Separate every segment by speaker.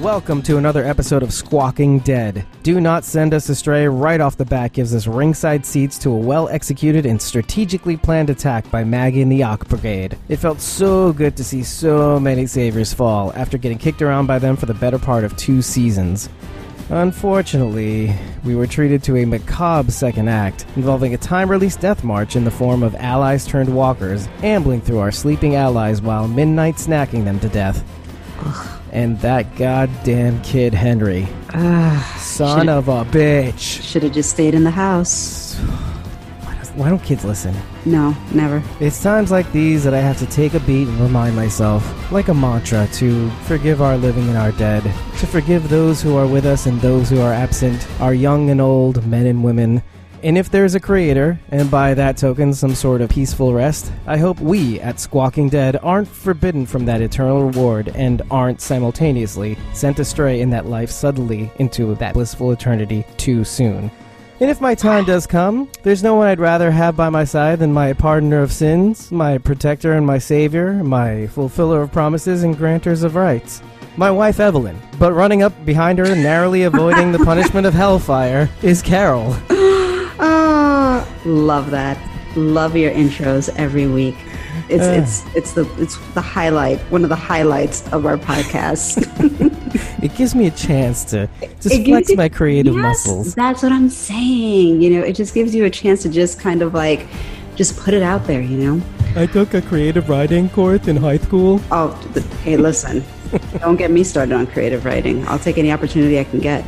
Speaker 1: Welcome to another episode of Squawking Dead. Do not send us astray right off the bat gives us ringside seats to a well executed and strategically planned attack by Maggie and the Ock Brigade. It felt so good to see so many Saviors fall after getting kicked around by them for the better part of two seasons. Unfortunately, we were treated to a macabre second act involving a time release death march in the form of allies turned walkers ambling through our sleeping allies while midnight snacking them to death. And that goddamn kid Henry. Son
Speaker 2: Should've-
Speaker 1: of a bitch.
Speaker 2: Should have just stayed in the house.
Speaker 1: Why does- Why don't kids listen?
Speaker 2: No, never.
Speaker 1: It's times like these that I have to take a beat and remind myself, like a mantra, to forgive our living and our dead, to forgive those who are with us and those who are absent, our young and old, men and women. And if there's a creator, and by that token some sort of peaceful rest, I hope we at Squawking Dead aren't forbidden from that eternal reward and aren't simultaneously sent astray in that life suddenly into that blissful eternity too soon. And if my time does come, there's no one I'd rather have by my side than my pardoner of sins, my protector and my savior, my fulfiller of promises and granters of rights. My wife Evelyn, but running up behind her, narrowly avoiding the punishment of hellfire, is Carol. Uh.
Speaker 2: Ah, love that. Love your intros every week. It's
Speaker 1: Ah.
Speaker 2: it's it's the it's the highlight, one of the highlights of our podcast.
Speaker 1: It gives me a chance to just
Speaker 2: It gives
Speaker 1: flex
Speaker 2: you-
Speaker 1: my creative
Speaker 2: Yes,
Speaker 1: muscles.
Speaker 2: That's what I'm saying. You know, it just gives you a chance to just kind of like just put it out there. You know.
Speaker 1: I took a creative writing course in high school.
Speaker 2: Oh, th- hey, listen. Don't get me started on creative writing. I'll take any opportunity I can get.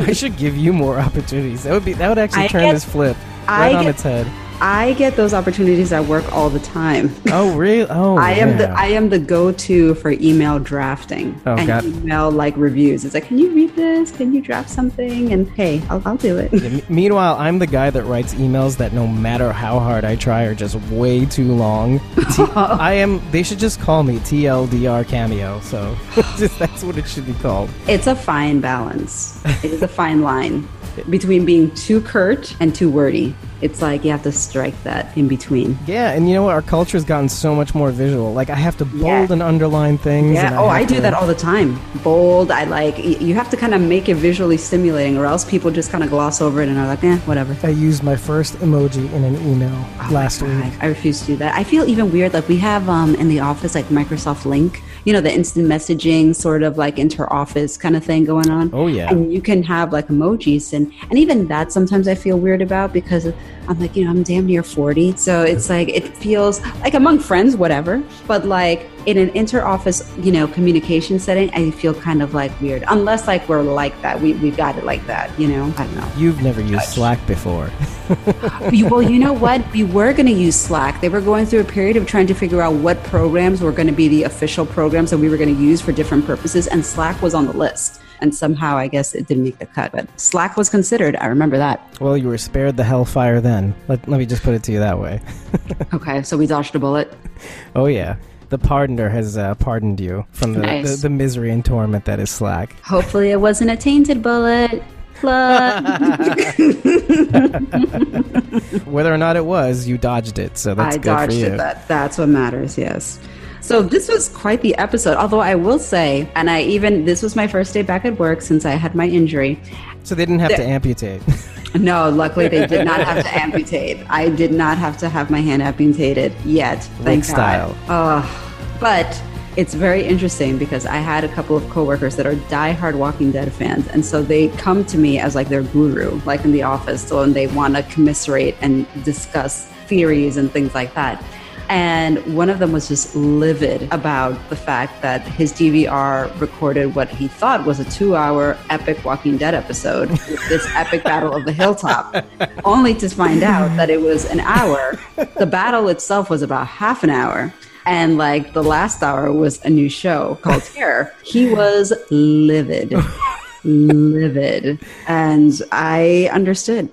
Speaker 1: I should give you more opportunities. That would be that would actually
Speaker 2: I
Speaker 1: turn
Speaker 2: get-
Speaker 1: this flip
Speaker 2: I
Speaker 1: right on
Speaker 2: get-
Speaker 1: its head.
Speaker 2: I get those opportunities at work all the time.
Speaker 1: Oh really? Oh,
Speaker 2: I am the
Speaker 1: yeah.
Speaker 2: I am the go to for email drafting
Speaker 1: Oh,
Speaker 2: and
Speaker 1: God.
Speaker 2: email like reviews. It's like, can you read this? Can you draft something? And hey, I'll, I'll do it.
Speaker 1: M- Meanwhile, I'm the guy that writes emails that no matter how hard I try are just way too long. T- I am. They should just call me TLDR Cameo. So just, that's what it should be called.
Speaker 2: It's a fine balance. It is a fine line between being too curt and too wordy. It's like you have to strike that in between.
Speaker 1: Yeah, and you know what? Our culture's gotten so much more visual. Like I have to bold
Speaker 2: Yeah.
Speaker 1: and underline things. and
Speaker 2: Yeah. Oh,
Speaker 1: have
Speaker 2: I do
Speaker 1: to-
Speaker 2: that all the time. Bold. I like. y- You have to kind of make it visually stimulating, or else people just kind of gloss over it and are like, eh, whatever.
Speaker 1: I used my first emoji in an email
Speaker 2: Oh
Speaker 1: last week.
Speaker 2: I, I refuse to do that. I feel even weird. Like we have um, in the office, like Microsoft Link, you know, the instant messaging sort of like inter-office kind of thing going on.
Speaker 1: Oh, yeah.
Speaker 2: And you can have like emojis, and and even that sometimes I feel weird about because I'm like, you know, I'm damn near forty, so it's like it feels like among friends, whatever. But like in an inter-office, you know, communication setting, I feel kind of like weird, unless like we're like that. We we got it like that, you know. I don't know.
Speaker 1: You've never used Slack before.
Speaker 2: You- well, you know what? We were going to use Slack. They were going through a period of trying to figure out what programs were going to be the official programs that we were going to use for different purposes, and Slack was on the list. And somehow, I guess it didn't make the cut, but Slack was considered. I remember that.
Speaker 1: Well, you were spared the hellfire then. Let, let me just put it to you that way.
Speaker 2: Okay, so we dodged a bullet.
Speaker 1: Oh yeah. The pardoner has uh, pardoned you from the,
Speaker 2: Nice.
Speaker 1: the, the misery and torment that is Slack.
Speaker 2: Hopefully, it wasn't a tainted bullet. Plug.
Speaker 1: Whether or not it was, you dodged it, so that's
Speaker 2: I
Speaker 1: good
Speaker 2: dodged
Speaker 1: for you.
Speaker 2: it. That that's what matters. Yes. So this was quite the episode. Although I will say, and I even this was my first day back at work since I had my injury.
Speaker 1: So they didn't have to amputate.
Speaker 2: No, luckily they did not have to amputate. I did not have to have my hand amputated yet. Thank
Speaker 1: Wink style.
Speaker 2: God. Ugh. but it's very interesting because I had a couple of coworkers that are diehard Walking Dead fans, and so they come to me as like their guru, like in the office, so and they want to commiserate and discuss theories and things like that. And one of them was just livid about the fact that his DVR recorded what he thought was a two hour epic Walking Dead episode, this epic battle of the hilltop, only to find out that it was an hour. The battle itself was about half an hour. And like the last hour was a new show called Terror. He was livid, livid. And I understood.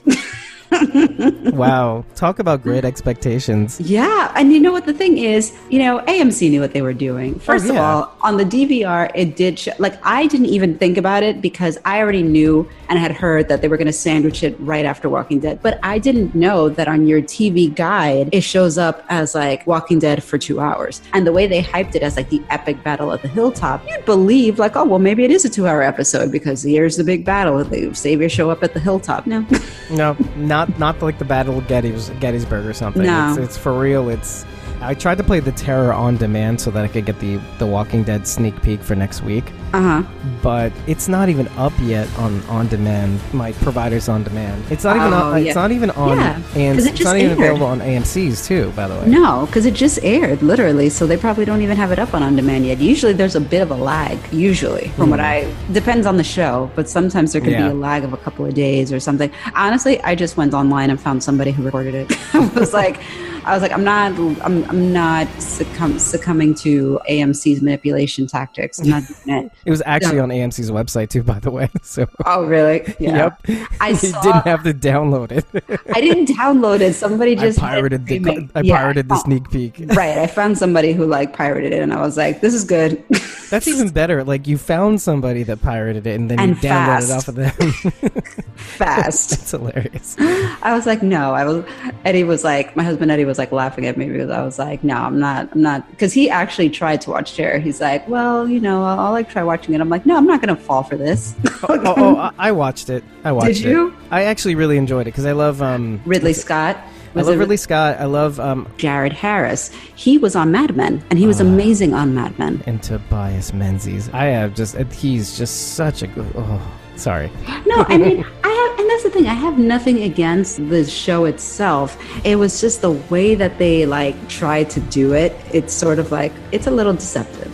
Speaker 1: wow. Talk about great expectations.
Speaker 2: Yeah, and you know what the thing is, you know, AMC knew what they were doing. First
Speaker 1: yeah.
Speaker 2: of all, on the DVR, it did show, like I didn't even think about it because I already knew and had heard that they were going to sandwich it right after Walking Dead, but I didn't know that on your TV guide it shows up as like Walking Dead for 2 hours. And the way they hyped it as like the epic battle at the hilltop, you'd believe like, oh, well maybe it is a 2-hour episode because here's the big battle, the saviors show up at the hilltop. No.
Speaker 1: No, not not like the Battle of Gettys, Gettysburg or something.
Speaker 2: No.
Speaker 1: It's, it's for real. It's. I tried to play the Terror on demand so that I could get the the Walking Dead sneak peek for next week,
Speaker 2: uh-huh.
Speaker 1: but it's not even up yet on on demand. My provider's on demand. It's not even.
Speaker 2: Oh,
Speaker 1: on,
Speaker 2: yeah.
Speaker 1: It's not even on.
Speaker 2: Yeah,
Speaker 1: and
Speaker 2: 'cause it
Speaker 1: it's
Speaker 2: just
Speaker 1: not even
Speaker 2: aired.
Speaker 1: available on AMC's too. By the way.
Speaker 2: No, because it just aired literally, so they probably don't even have it up on on demand yet. Usually, there's a bit of a lag. Usually, from what I depends on the show, but sometimes there can
Speaker 1: Hmm. Yeah.
Speaker 2: be a lag of a couple of days or something. Honestly, I just went online and found somebody who recorded it. I was like, I was like, I'm not, I'm, I'm not succumb, succumbing to AMC's manipulation tactics. I'm not doing it.
Speaker 1: It was actually
Speaker 2: Yeah.
Speaker 1: on AMC's website too, by the way. So.
Speaker 2: Oh, really?
Speaker 1: Yep.
Speaker 2: I
Speaker 1: you
Speaker 2: saw-
Speaker 1: didn't have to download it.
Speaker 2: I didn't download it. Somebody
Speaker 1: I
Speaker 2: just hit
Speaker 1: pirated the
Speaker 2: remake.
Speaker 1: I
Speaker 2: Yeah,
Speaker 1: pirated the
Speaker 2: found-
Speaker 1: sneak peek.
Speaker 2: Right, I found somebody who like pirated it, and I was like, "This is good."
Speaker 1: That's even better. Like you found somebody that pirated it and then you
Speaker 2: And
Speaker 1: downloaded it
Speaker 2: fast.
Speaker 1: off of them.
Speaker 2: fast.
Speaker 1: It's hilarious.
Speaker 2: I was like, no. I was Eddie was like, my husband Eddie was like laughing at me because I was like, no, I'm not, I'm not, because he actually tried to watch Terror. He's like, well, you know, I'll, I'll like try watching it. I'm like, no, I'm not gonna fall for this.
Speaker 1: Oh, oh, oh, I- I watched it. I watched it.
Speaker 2: you?
Speaker 1: I actually really enjoyed it because I love um
Speaker 2: Ridley Scott.
Speaker 1: I
Speaker 2: Was
Speaker 1: love
Speaker 2: it
Speaker 1: Ridley Scott. I love um
Speaker 2: Jared Harris? He was on Mad Men,
Speaker 1: Ah.
Speaker 2: and he was amazing on Mad Men.
Speaker 1: and Tobias Menzies. I have just he's just such a good. Oh, sorry.
Speaker 2: No, I mean, I have, and that's the thing. I have nothing against the show itself. It was just the way that they like tried to do it. It's sort of like it's a little deceptive.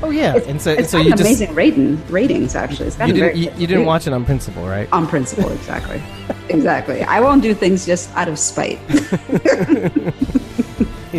Speaker 1: Oh yeah. and so
Speaker 2: It's
Speaker 1: so
Speaker 2: got
Speaker 1: you
Speaker 2: an
Speaker 1: just
Speaker 2: amazing rating, ratings actually. It's got
Speaker 1: you
Speaker 2: a
Speaker 1: didn't
Speaker 2: very-
Speaker 1: you, you didn't watch it on principle, right?
Speaker 2: on principle, exactly, exactly. I won't do things just out of spite.
Speaker 1: It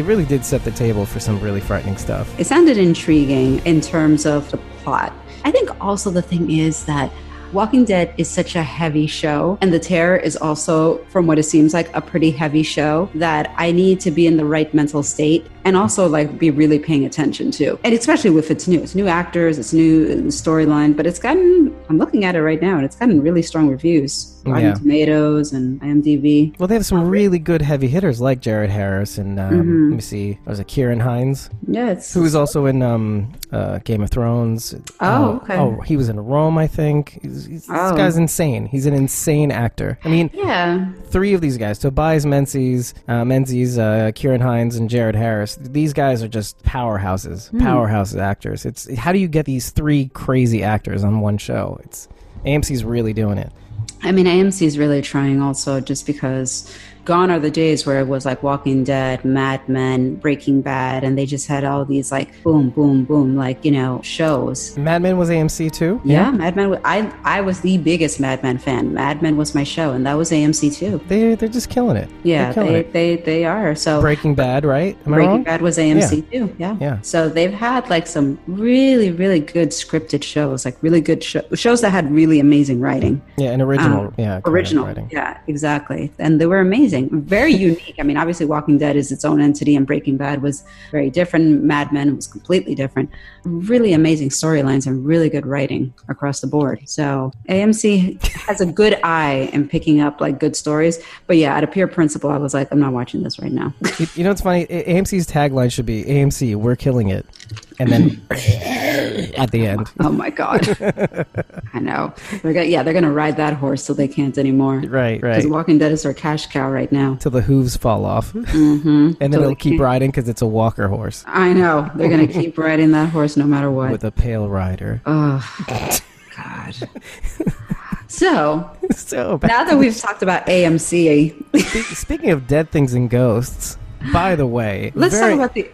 Speaker 1: really did set the table for some really frightening stuff.
Speaker 2: it sounded intriguing in terms of the plot. I think also the thing is that. Walking Dead is such a heavy show, and The Terror is also, from what it seems like, a pretty heavy show that I need to be in the right mental state and also like be really paying attention to. And especially if it's new, it's new actors, it's new storyline, but it's gotten. I'm looking at it right now, and it's gotten really strong reviews on
Speaker 1: Yeah.
Speaker 2: Tomatoes and IMDb.
Speaker 1: Well, they have some really good heavy hitters like Jared Harris and um,
Speaker 2: Mm-hmm.
Speaker 1: let me see, was it Kieran Hines,
Speaker 2: Yeah, it's
Speaker 1: who was also in um, uh, Game of Thrones.
Speaker 2: Oh,
Speaker 1: Uh,
Speaker 2: okay.
Speaker 1: Oh, he was in Rome, I think. He's, he's, This
Speaker 2: Oh.
Speaker 1: guy's insane. He's an insane actor. I mean,
Speaker 2: yeah.
Speaker 1: three of these guys: Tobias Menzies, uh, Menzies, uh, Kieran Hines, and Jared Harris. These guys are just powerhouses,
Speaker 2: Hmm.
Speaker 1: powerhouse actors. It's how do you get these three crazy actors on one show? It's AMC's really doing it.
Speaker 2: I mean, AMC is really trying also just because gone are the days where it was like Walking Dead, Mad Men, Breaking Bad, and they just had all these like boom, boom, boom, like, you know, shows.
Speaker 1: Mad Men was AMC too.
Speaker 2: Yeah, Mad Men. wa- I, I was the biggest Mad Men fan. Mad Men was my show, and that was AMC too.
Speaker 1: They they're just killing it.
Speaker 2: Yeah,
Speaker 1: they're killing
Speaker 2: they,
Speaker 1: it.
Speaker 2: they, they are. So
Speaker 1: Breaking Bad, right? Am I
Speaker 2: Breaking
Speaker 1: wrong?
Speaker 2: Bad was AMC too. Yeah.
Speaker 1: Yeah.
Speaker 2: So they've had like some really, really good scripted shows, like really good sho- shows that had really amazing writing.
Speaker 1: Yeah, an original. yeah, kind of
Speaker 2: Uh-huh. original
Speaker 1: writing.
Speaker 2: yeah exactly and they were amazing very unique i mean obviously walking dead is its own entity and breaking bad was very different mad men was completely different really amazing storylines and really good writing across the board so amc has a good eye in picking up like good stories but yeah out of pure principle i was like i'm not watching this right now
Speaker 1: You, you know what's funny? A- AMC's tagline should be AMC, we're killing it. And then at the end.
Speaker 2: oh my god i know they're gonna yeah they're gonna ride that horse till they can't anymore
Speaker 1: Right, right.
Speaker 2: because walking dead is their cash cow right now
Speaker 1: Till the hooves fall off. Mm-hmm. and then it'll keep riding because it's a walker horse
Speaker 2: I know. They're going to keep riding that horse no matter what.
Speaker 1: with a pale rider.
Speaker 2: Oh. God. so
Speaker 1: so bad.
Speaker 2: now that we've talked about AMC,
Speaker 1: Spe- Speaking of dead things and ghosts, by the way,
Speaker 2: let's
Speaker 1: very,
Speaker 2: talk about the.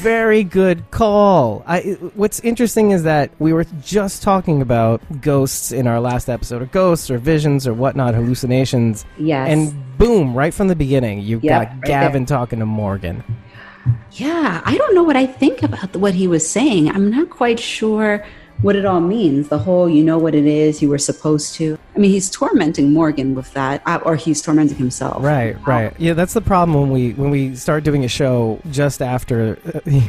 Speaker 1: Very good call. I, what's interesting is that we were just talking about ghosts in our last episode, or ghosts, or visions, or whatnot, hallucinations.
Speaker 2: Yes.
Speaker 1: And boom, right from the beginning, you
Speaker 2: Yep,
Speaker 1: got
Speaker 2: right
Speaker 1: Gavin talking to Morgan.
Speaker 2: yeah, I don't know what I think about what he was saying. I'm not quite sure what it all means the whole you know what it is you were supposed to i mean he's tormenting morgan with that uh, or he's tormenting himself
Speaker 1: Right, right. Yeah, that's the problem when we when we start doing a show just after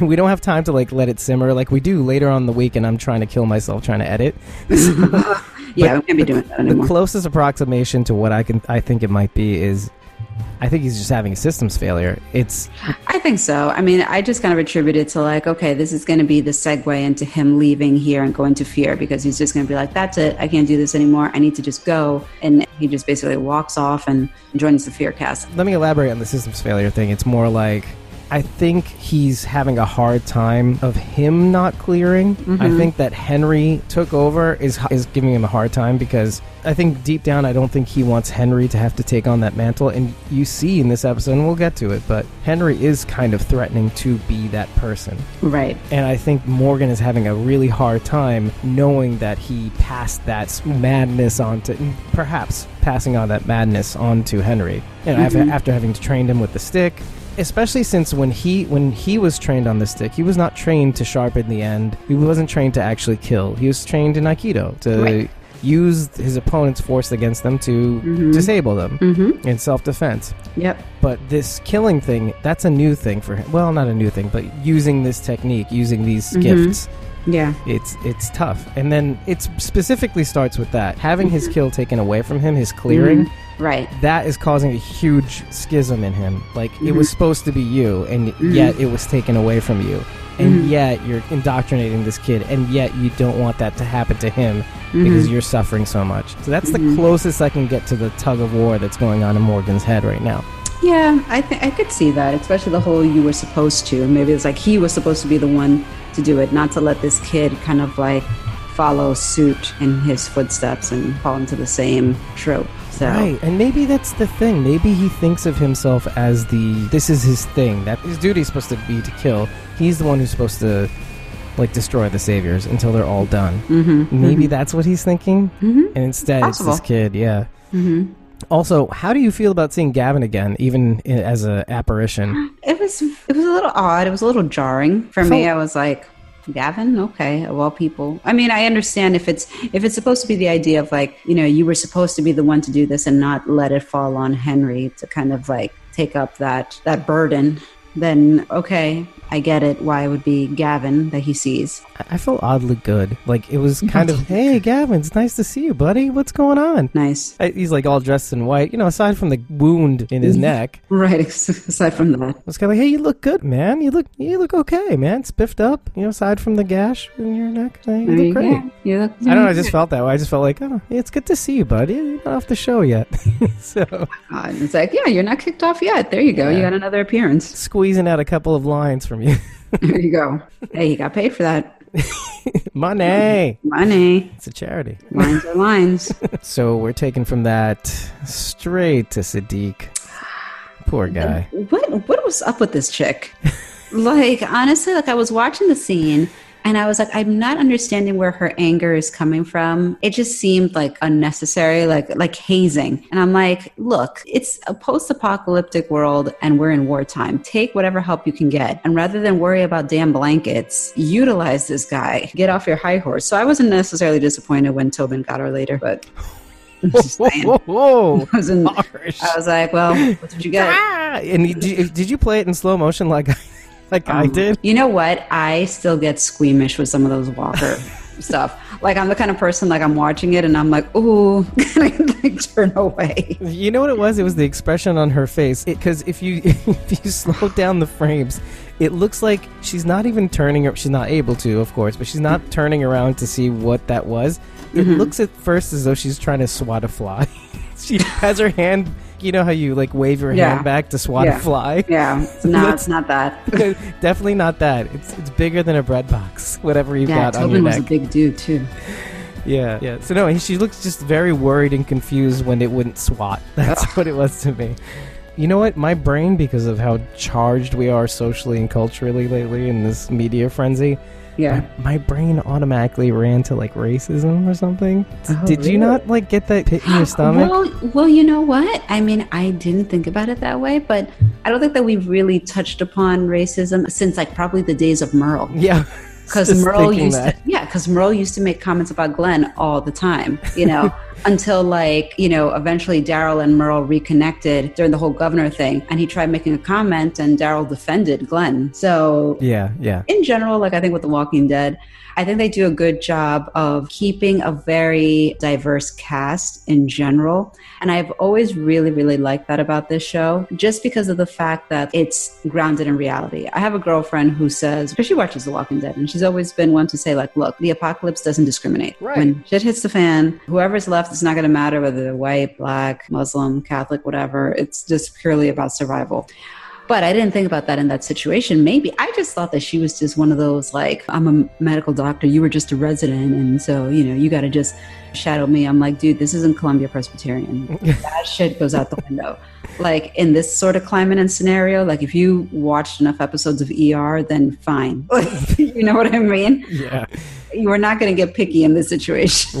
Speaker 1: we don't have time to like let it simmer like we do later on in the week and I'm trying to kill myself trying to edit.
Speaker 2: yeah we can't be doing that
Speaker 1: the
Speaker 2: anymore
Speaker 1: closest approximation to what I can I think it might be is I think he's just having a systems failure. It's
Speaker 2: I think so. I mean, I just kind of attribute it to like, okay, this is going to be the segue into him leaving here and going to fear because he's just going to be like, that's it. I can't do this anymore. I need to just go. And he just basically walks off and joins the fear cast.
Speaker 1: let me elaborate on the systems failure thing. It's more like I think he's having a hard time of him not clearing. I think that Henry took over is is giving him a hard time because I think deep down I don't think he wants Henry to have to take on that mantle. And you see in this episode, and we'll get to it, but Henry is kind of threatening to be that person.
Speaker 2: Right.
Speaker 1: And I think Morgan is having a really hard time knowing that he passed that madness on to, perhaps passing on that madness on to Henry. You know, after, after having trained him with the stick, especially since when he when he was trained on the stick, he was not trained to sharpen the end. He wasn't trained to actually kill. He was trained in Aikido to
Speaker 2: Right.
Speaker 1: use his opponent's force against them to
Speaker 2: Mm-hmm.
Speaker 1: disable them in self defense.
Speaker 2: Yep.
Speaker 1: But this killing thing, that's a new thing for him. Well, not a new thing, but using this technique, using these gifts,
Speaker 2: Yeah.
Speaker 1: it's it's tough. And then it specifically starts with that. Having his kill taken away from him, his clearing,
Speaker 2: Mm-hmm. Right.
Speaker 1: that is causing a huge schism in him. Like it was supposed to be you and yet it was taken away from you. And yet you're indoctrinating this kid and yet you don't want that to happen to him
Speaker 2: Mm-hmm.
Speaker 1: because you're suffering so much. So that's the closest I can get to the tug of war that's going on in Morgan's head right now.
Speaker 2: Yeah. I think I could see that, especially the whole you were supposed to. Maybe it's like he was supposed to be the one to do it, not to let this kid kind of like follow suit in his footsteps and fall into the same trope. So.
Speaker 1: Right, and maybe that's the thing. Maybe he thinks of himself as the this is his thing. That his duty is supposed to be to kill. He's the one who's supposed to like destroy the saviors until they're all done. Mm-hmm, maybe that's what he's thinking. Mm-hmm. And instead, it's
Speaker 2: Possible.
Speaker 1: this kid. Yeah. Mm-hmm. Also, how do you feel about seeing Gavin again, even i- as a apparition?
Speaker 2: It was it was a little odd. It was a little jarring for me.
Speaker 1: So-
Speaker 2: I was like, Gavin, okay, of all people. I mean, I understand if it's if it's supposed to be the idea of like, you know, you were supposed to be the one to do this and not let it fall on Henry to kind of like take up that that burden. Then okay, I get it. Why it would be Gavin that he sees?
Speaker 1: I- I felt oddly good. Like it was kind of, hey, Gavin, it's nice to see you, buddy. What's going on?
Speaker 2: Nice,
Speaker 1: I- He's like all dressed in white. You know, aside from the wound in his neck,
Speaker 2: right? Aside from that,
Speaker 1: It's kind of like, hey, you look good, man. You look, you look okay, man. Spiffed up, you know. Aside from the gash in your neck, you
Speaker 2: There
Speaker 1: look
Speaker 2: you
Speaker 1: great.
Speaker 2: go. You look-
Speaker 1: I don't know. I just felt that way. I just felt like, oh, it's good to see you, buddy. You're not off the show yet. so
Speaker 2: God, It's like, yeah, you're not kicked off yet. There you go. You got another appearance.
Speaker 1: squeezing out a couple of lines from you,
Speaker 2: there you go. Hey, you got paid for that
Speaker 1: money.
Speaker 2: money.
Speaker 1: It's a charity.
Speaker 2: Lines are lines.
Speaker 1: So we're taken from that straight to Sadiq. Poor guy.
Speaker 2: what what was up with this chick? like honestly, like I was watching the scene and I was like, I'm not understanding where her anger is coming from. It just seemed like unnecessary, like like hazing. And I'm like, look, it's a post-apocalyptic world and we're in wartime. Take whatever help you can get. And rather than worry about damn blankets, utilize this guy. Get off your high horse. So I wasn't necessarily disappointed when Tobin got her later, but I'm just
Speaker 1: Whoa,
Speaker 2: saying.
Speaker 1: whoa, whoa.
Speaker 2: I was, in, I
Speaker 1: Harsh.
Speaker 2: was like, well, what did you get?
Speaker 1: Ah! And you- did, did you play it in slow motion like, like I did?
Speaker 2: You know what? I still get squeamish with some of those Walker stuff. Like I'm the kind of person like I'm watching it and I'm like, ooh, and I like turn away.
Speaker 1: You know what it was? It was the expression on her face. Because if you if you slow down the frames, it looks like she's not even turning. Her, she's not able to, of course, but she's
Speaker 2: Mm.
Speaker 1: not turning around to see what that was. It
Speaker 2: Mm-hmm.
Speaker 1: looks at first as though she's trying to swat a fly. she has her hand. You know how you like wave your
Speaker 2: Yeah.
Speaker 1: hand back to swat
Speaker 2: Yeah.
Speaker 1: a fly.
Speaker 2: Yeah, it's not, it's not that.
Speaker 1: Definitely not that. It's it's bigger than a bread box. Whatever you've
Speaker 2: Yeah,
Speaker 1: got on your
Speaker 2: Tobin was
Speaker 1: neck.
Speaker 2: a big dude too.
Speaker 1: Yeah, yeah. So no, she looks just very worried and confused when it wouldn't swat. That's what it was to me. You know what? My brain, because of how charged we are socially and culturally lately in this media frenzy,
Speaker 2: Yeah.
Speaker 1: my brain automatically ran to like racism or something. D-
Speaker 2: Oh,
Speaker 1: Did
Speaker 2: really?
Speaker 1: you not like get that pit in your stomach?
Speaker 2: Uh, Well, well, you know what? I mean, I didn't think about it that way, but I don't think that we've really touched upon racism since like probably the days of Merle.
Speaker 1: yeah.
Speaker 2: because
Speaker 1: Just
Speaker 2: Merle
Speaker 1: thinking
Speaker 2: used
Speaker 1: that.
Speaker 2: to, yeah, because Merle used to make comments about Glenn all the time, you know, until like, you know, eventually Daryl and Merle reconnected during the whole governor thing and he tried making a comment and Daryl defended Glenn. So
Speaker 1: Yeah, yeah.
Speaker 2: in general, like I think with The Walking Dead, I think they do a good job of keeping a very diverse cast in general. And I've always really, really liked that about this show, just because of the fact that it's grounded in reality. I have a girlfriend who says, because she watches The Walking Dead, and she's always been one to say, like, look, the apocalypse doesn't discriminate.
Speaker 1: Right.
Speaker 2: When shit hits the fan, whoever's left, it's not going to matter whether they're white, black, Muslim, Catholic, whatever. It's just purely about survival. But I didn't think about that in that situation. Maybe I just thought that she was just one of those like, I'm a medical doctor, you were just a resident, and so you know you got to just shadow me. I'm like, dude, this isn't Columbia Presbyterian. that shit goes out the window. Like in this sort of climate and scenario, like if you watched enough episodes of ER, then fine. you know what I mean?
Speaker 1: Yeah.
Speaker 2: You are not going to get picky in this situation.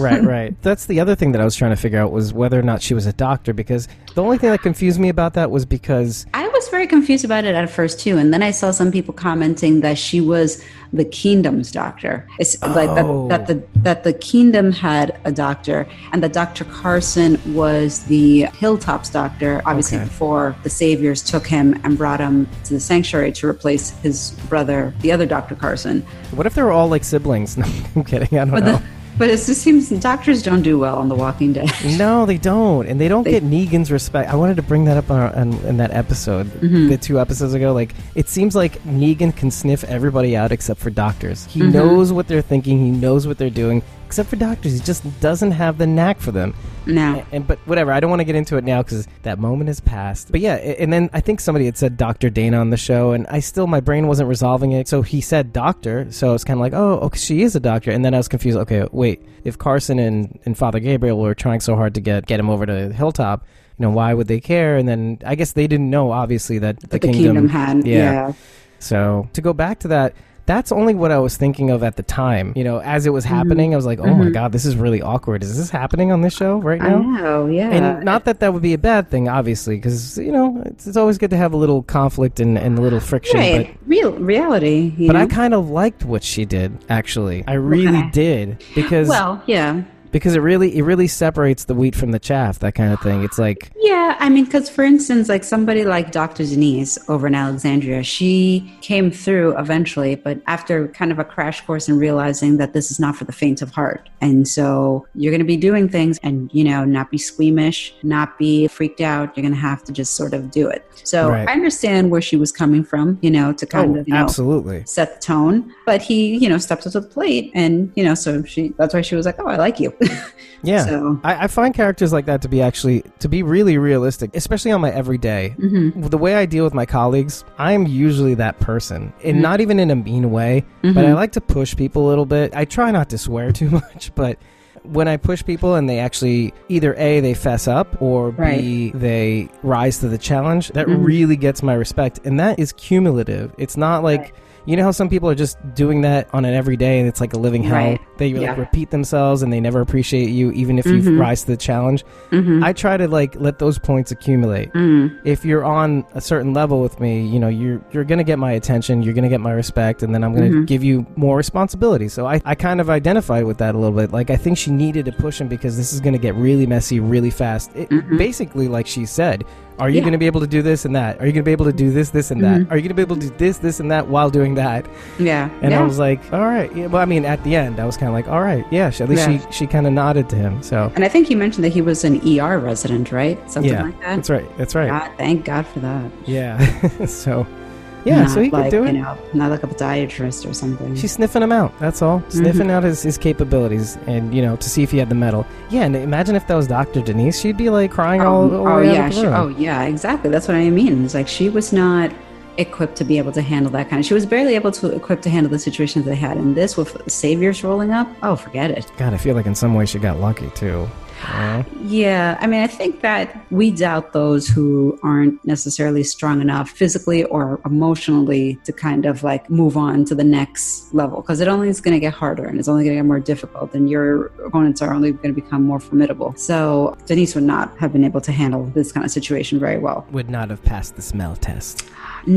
Speaker 1: Right, right. That's the other thing that I was trying to figure out was whether or not she was a doctor because the only thing that confused me about that was because
Speaker 2: I was very confused about it at first too, and then I saw some people commenting that she was the kingdom's doctor. It's like
Speaker 1: Oh.
Speaker 2: that, that the that the kingdom had a doctor, and that Doctor Carson was the Hilltops doctor. Obviously,
Speaker 1: Okay.
Speaker 2: before the Saviors took him and brought him to the sanctuary to replace his brother, the other Doctor Carson.
Speaker 1: what if they were all like siblings? No, I'm kidding. I don't
Speaker 2: But
Speaker 1: know.
Speaker 2: the, but it just seems doctors don't do well on The Walking Dead.
Speaker 1: No, they don't, and they don't get Negan's respect. I wanted to bring that up on, our, on in that episode,
Speaker 2: Mm-hmm.
Speaker 1: the two episodes ago. Like, it seems like Negan can sniff everybody out except for doctors. He
Speaker 2: Mm-hmm.
Speaker 1: knows what they're thinking. He knows what they're doing. Except for doctors, he just doesn't have the knack for them.
Speaker 2: No.
Speaker 1: And but whatever, I don't want to get into it now because that moment has passed. But yeah, a- and then I think somebody had said Doctor Dana on the show, and I still my brain wasn't resolving it. So he said Doctor, so it's kind of like, oh, okay, she is a doctor. And then I was confused. Okay, wait, if Carson and, and Father Gabriel were trying so hard to get get him over to Hilltop, you know, why would they care? And then I guess they didn't know obviously that the,
Speaker 2: The kingdom, had, yeah.
Speaker 1: so to go back to that, that's only what I was thinking of at the time. You know, as it was
Speaker 2: Mm-hmm.
Speaker 1: happening, I was like, oh my God, this is really awkward. Is this happening on this show right
Speaker 2: I
Speaker 1: now?
Speaker 2: know, yeah.
Speaker 1: And not that that would be a bad thing, obviously, because, you know, it's, it's always good to have a little conflict and, and a little friction.
Speaker 2: right, real reality. you
Speaker 1: But, but
Speaker 2: know?
Speaker 1: I kind of liked what she did, actually. I really
Speaker 2: Okay.
Speaker 1: did. Because,
Speaker 2: well, yeah.
Speaker 1: because it really it really separates the wheat from the chaff, that kind of thing. It's like,
Speaker 2: Yeah, I mean, because for instance, like somebody like Dr. Denise over in Alexandria, she came through eventually, but after kind of a crash course in realizing that this is not for the faint of heart. And so you're going to be doing things and, you know, not be squeamish, not be freaked out. You're going to have to just sort of do it. So
Speaker 1: Right.
Speaker 2: I understand where she was coming from, you know, to kind
Speaker 1: oh,
Speaker 2: of, you know,
Speaker 1: absolutely.
Speaker 2: set the tone but he you know stepped up to the plate and you know so she that's why she was like oh i like you
Speaker 1: Yeah.
Speaker 2: So-
Speaker 1: I, I find characters like that to be actually to be really realistic, especially on my everyday. Mm-hmm. The way I deal with my colleagues, I'm usually that person, and
Speaker 2: Mm-hmm.
Speaker 1: not even in a mean way. But I like to push people a little bit. I try not to swear too much, but when I push people and they actually either a they fess up or b
Speaker 2: Right. Mm-hmm.
Speaker 1: they rise to the challenge, that really gets my respect, and that is cumulative. It's not like. You know how some people are just doing that on an everyday and it's like a living hell.
Speaker 2: Right.
Speaker 1: They like
Speaker 2: Yeah. Mm-hmm.
Speaker 1: repeat themselves and they never appreciate you even if you rise to the challenge i try to like let those points accumulate
Speaker 2: Mm-hmm.
Speaker 1: if you're on a certain level with me you know you're you're gonna get my attention you're gonna get my respect and then i'm
Speaker 2: Mm-hmm.
Speaker 1: gonna give you more responsibility so I, I kind of identify with that a little bit like i think she needed to push him because this is gonna get really messy really fast it, basically like she said are you
Speaker 2: Mm-hmm. Yeah. Mm-hmm.
Speaker 1: going to be able to do this and that? Are you going to be able to do this, this, and that? Are you going to be able to do this, this, and that while doing that?
Speaker 2: yeah
Speaker 1: And
Speaker 2: yeah.
Speaker 1: I was like, all right. Yeah, well, I mean, at the end, I was kind of like, all right, yeah. She, at least
Speaker 2: Yeah.
Speaker 1: she, she kind of nodded to him. So
Speaker 2: And I think you mentioned that he was an ER resident, right? Something
Speaker 1: yeah,
Speaker 2: like that.
Speaker 1: that's right. That's right.
Speaker 2: God, thank God for that.
Speaker 1: Yeah. so yeah, so
Speaker 2: Not
Speaker 1: he
Speaker 2: like,
Speaker 1: could do it.
Speaker 2: You know, not like a podiatrist or something.
Speaker 1: She's sniffing him out. That's all.
Speaker 2: Mm-hmm.
Speaker 1: Sniffing out his, his capabilities, and you know, to see if he had the metal. Yeah, and imagine if that was Doctor Denise. She'd be like crying all, all the
Speaker 2: oh
Speaker 1: way
Speaker 2: yeah,
Speaker 1: out of the
Speaker 2: she,
Speaker 1: room.
Speaker 2: oh yeah, exactly. That's what I mean. It's like she was not equipped to be able to handle that kind of. She was barely able to equip to handle the situations they had. And this with saviors rolling up, oh, forget it.
Speaker 1: God, I feel like in some way she got lucky too.
Speaker 2: Yeah, I mean, I think that weeds out those who aren't necessarily strong enough physically or emotionally to kind of like move on to the next level because it only is going to get harder and it's only going to get more difficult, and your opponents are only going to become more formidable. So, Denise would not have been able to handle this kind of situation very well.
Speaker 1: Would not have passed the smell test.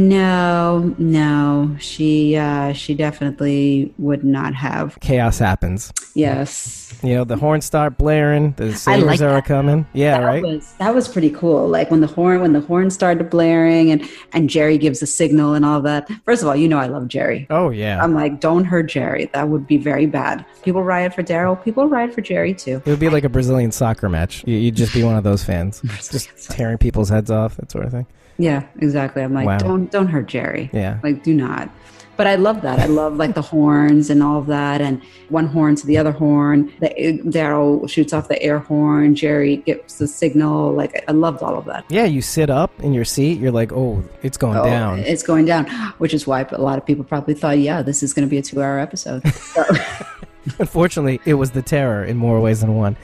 Speaker 2: No, no, she uh, she definitely would not have.
Speaker 1: Chaos happens.
Speaker 2: Yes.
Speaker 1: You know, the horns start blaring, the sabers
Speaker 2: like
Speaker 1: are
Speaker 2: that.
Speaker 1: coming. Yeah,
Speaker 2: That
Speaker 1: right?
Speaker 2: was that was pretty cool. Like when the horn when the horn started blaring and and Jerry gives a signal and all that. First of all, you know I love Jerry.
Speaker 1: oh, yeah.
Speaker 2: I'm like, don't hurt Jerry. That would be very bad. People riot for Daryl. People riot for Jerry too.
Speaker 1: it would be like a Brazilian soccer match. You- You'd just be one of those fans, just tearing people's heads off, that sort of thing.
Speaker 2: Yeah, exactly. I'm like,
Speaker 1: Wow.
Speaker 2: don't don't hurt Jerry.
Speaker 1: Yeah.
Speaker 2: Like, do not. But I love that. I love like the horns and all of that, and one horn to the other horn. The Daryl shoots off the air horn. Jerry gives the signal. Like, I- I loved all of that.
Speaker 1: Yeah, you sit up in your seat, you're like, oh, it's going
Speaker 2: Oh,
Speaker 1: down.
Speaker 2: It's going down, which is why a lot of people probably thought, yeah, this is going to be a two hour episode. So,
Speaker 1: Unfortunately, it was the terror in more ways than one.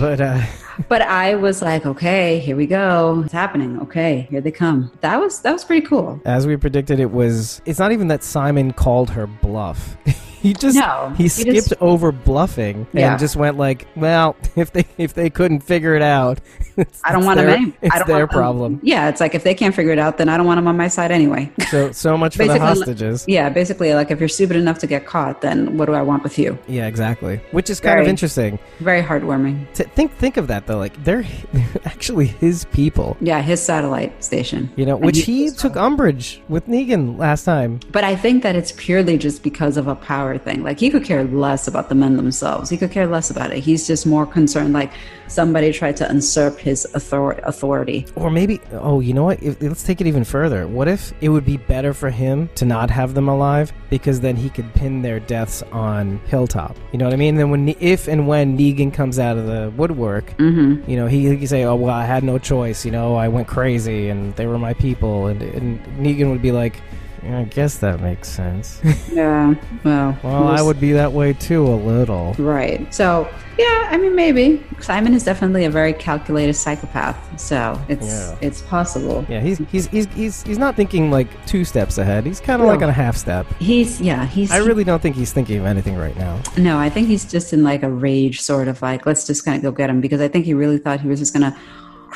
Speaker 1: But uh,
Speaker 2: but I was like, okay, here we go. It's happening. Okay, here they come. That was that was pretty cool.
Speaker 1: as we predicted, it was. It's not even that Simon called her bluff. He just
Speaker 2: No,
Speaker 1: he
Speaker 2: he
Speaker 1: skipped
Speaker 2: just-
Speaker 1: over bluffing
Speaker 2: Yeah.
Speaker 1: and just went like, "Well, if they if they couldn't figure it out, it's,
Speaker 2: I don't
Speaker 1: it's
Speaker 2: want
Speaker 1: their,
Speaker 2: them.
Speaker 1: It's
Speaker 2: I don't
Speaker 1: their
Speaker 2: want them-
Speaker 1: problem."
Speaker 2: Yeah, it's like if they can't figure it out, then I don't want them on my side anyway.
Speaker 1: So so much for the
Speaker 2: Basically,
Speaker 1: hostages.
Speaker 2: yeah, basically, like if you're stupid enough to get caught, then what do I want with you?
Speaker 1: Yeah, exactly. Which is kind of
Speaker 2: Very.
Speaker 1: interesting.
Speaker 2: Very heartwarming.
Speaker 1: To think think of that though, like they're, they're actually his people.
Speaker 2: Yeah, his satellite station.
Speaker 1: You know,
Speaker 2: And
Speaker 1: which
Speaker 2: he-
Speaker 1: he took umbrage with Negan last time.
Speaker 2: But I think that it's purely just because of a power thing. Like he could care less about the men themselves. He could care less about it. He's just more concerned like somebody tried to usurp his author- authority.
Speaker 1: Or maybe, oh, you know what? If, let's take it even further. What if it would be better for him to not have them alive because then he could pin their deaths on Hilltop? You know what I mean? Then when, if and when Negan comes out of the woodwork, you know, he he could say, "Oh well, I had no choice. You know, I went crazy, and they were my people." And, and Negan would be like, "Yeah, "I guess that makes sense.
Speaker 2: Yeah. Well,
Speaker 1: well, I would be that way too, a little."
Speaker 2: Right. So, yeah, I mean maybe Simon is definitely a very calculated psychopath. So, it's
Speaker 1: Yeah.
Speaker 2: it's possible.
Speaker 1: Yeah, he's he's he's he's he's not thinking like two steps ahead. He's kind of
Speaker 2: No.
Speaker 1: like on a half step.
Speaker 2: He's yeah, he's
Speaker 1: I really don't think he's thinking of anything right now.
Speaker 2: No, I think he's just in like a rage, sort of like, let's just kind of go get him because I think he really thought he was just going to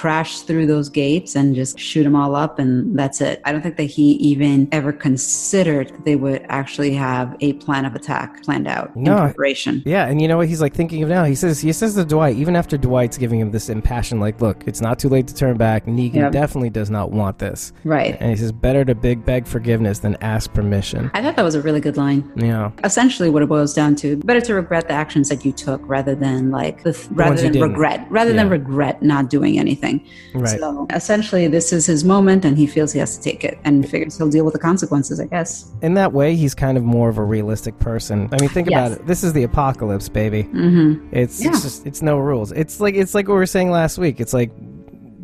Speaker 2: crash through those gates and just shoot them all up and that's it. I don't think that he even ever considered that they would actually have a plan of attack planned out
Speaker 1: No.
Speaker 2: in preparation.
Speaker 1: Yeah, and you know what he's like thinking of now? He says he says to Dwight, even after Dwight's giving him this impassioned, like, look, it's not too late to turn back. Negan
Speaker 2: Yep.
Speaker 1: definitely does not want this.
Speaker 2: Right.
Speaker 1: And he says, better to big beg forgiveness than ask permission.
Speaker 2: I thought that was a really good line.
Speaker 1: Yeah.
Speaker 2: Essentially, what it boils down to: better to regret the actions that you took rather than like the th- rather
Speaker 1: ones you
Speaker 2: than
Speaker 1: didn't.
Speaker 2: regret, rather than
Speaker 1: Yeah.
Speaker 2: regret not doing anything.
Speaker 1: Right.
Speaker 2: So essentially, this is his moment, and he feels he has to take it, and figures he'll deal with the consequences. I guess.
Speaker 1: In that way, he's kind of more of a realistic person. I mean, think
Speaker 2: Yes.
Speaker 1: about it. This is the apocalypse, baby.
Speaker 2: Mm-hmm.
Speaker 1: It's,
Speaker 2: Yeah.
Speaker 1: it's just it's no rules. It's like it's like what we were saying last week. It's like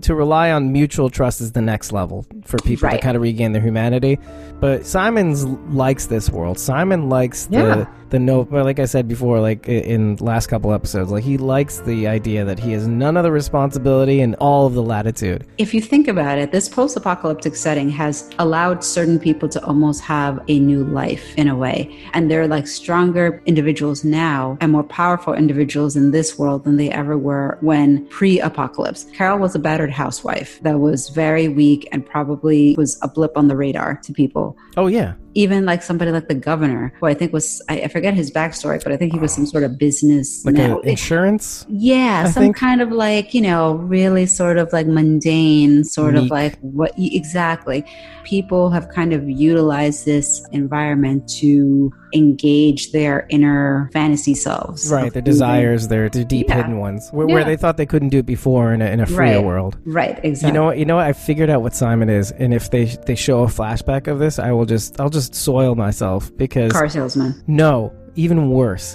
Speaker 1: to rely on mutual trust is the next level for people to
Speaker 2: Right.
Speaker 1: kind of regain their humanity. But Simon's likes this world. Simon likes
Speaker 2: Yeah.
Speaker 1: the the no. Well, like I said before, like i- in last couple episodes, like he likes the idea that he has none of the responsibility and all of the latitude.
Speaker 2: If you think about it, this post-apocalyptic setting has allowed certain people to almost have a new life in a way, and they're like stronger individuals now and more powerful individuals in this world than they ever were when pre-apocalypse. Carol was a battered housewife that was very weak and probably was a blip on the radar to people.
Speaker 1: Oh yeah,
Speaker 2: Even like somebody like the governor, who I think was I, I forget his backstory, but I think he was some sort of business
Speaker 1: like
Speaker 2: now.
Speaker 1: a, insurance.
Speaker 2: Yeah,
Speaker 1: I
Speaker 2: some
Speaker 1: think.
Speaker 2: kind of like, you know, really sort of like mundane, sort
Speaker 1: Meek.
Speaker 2: of like what e, exactly. People have kind of utilized this environment to engage their inner fantasy selves. Mm-hmm.
Speaker 1: Right,
Speaker 2: of
Speaker 1: their
Speaker 2: who they-
Speaker 1: desires, their, their deep
Speaker 2: Yeah.
Speaker 1: hidden ones, where, where
Speaker 2: Yeah.
Speaker 1: they thought they couldn't do it before in a, in a freer
Speaker 2: Right.
Speaker 1: world.
Speaker 2: Right, exactly.
Speaker 1: You know what? You know what? I figured out what Simon is, and if they they show a flashback of this, I will just I'll just soil myself because
Speaker 2: car salesman.
Speaker 1: no, even worse,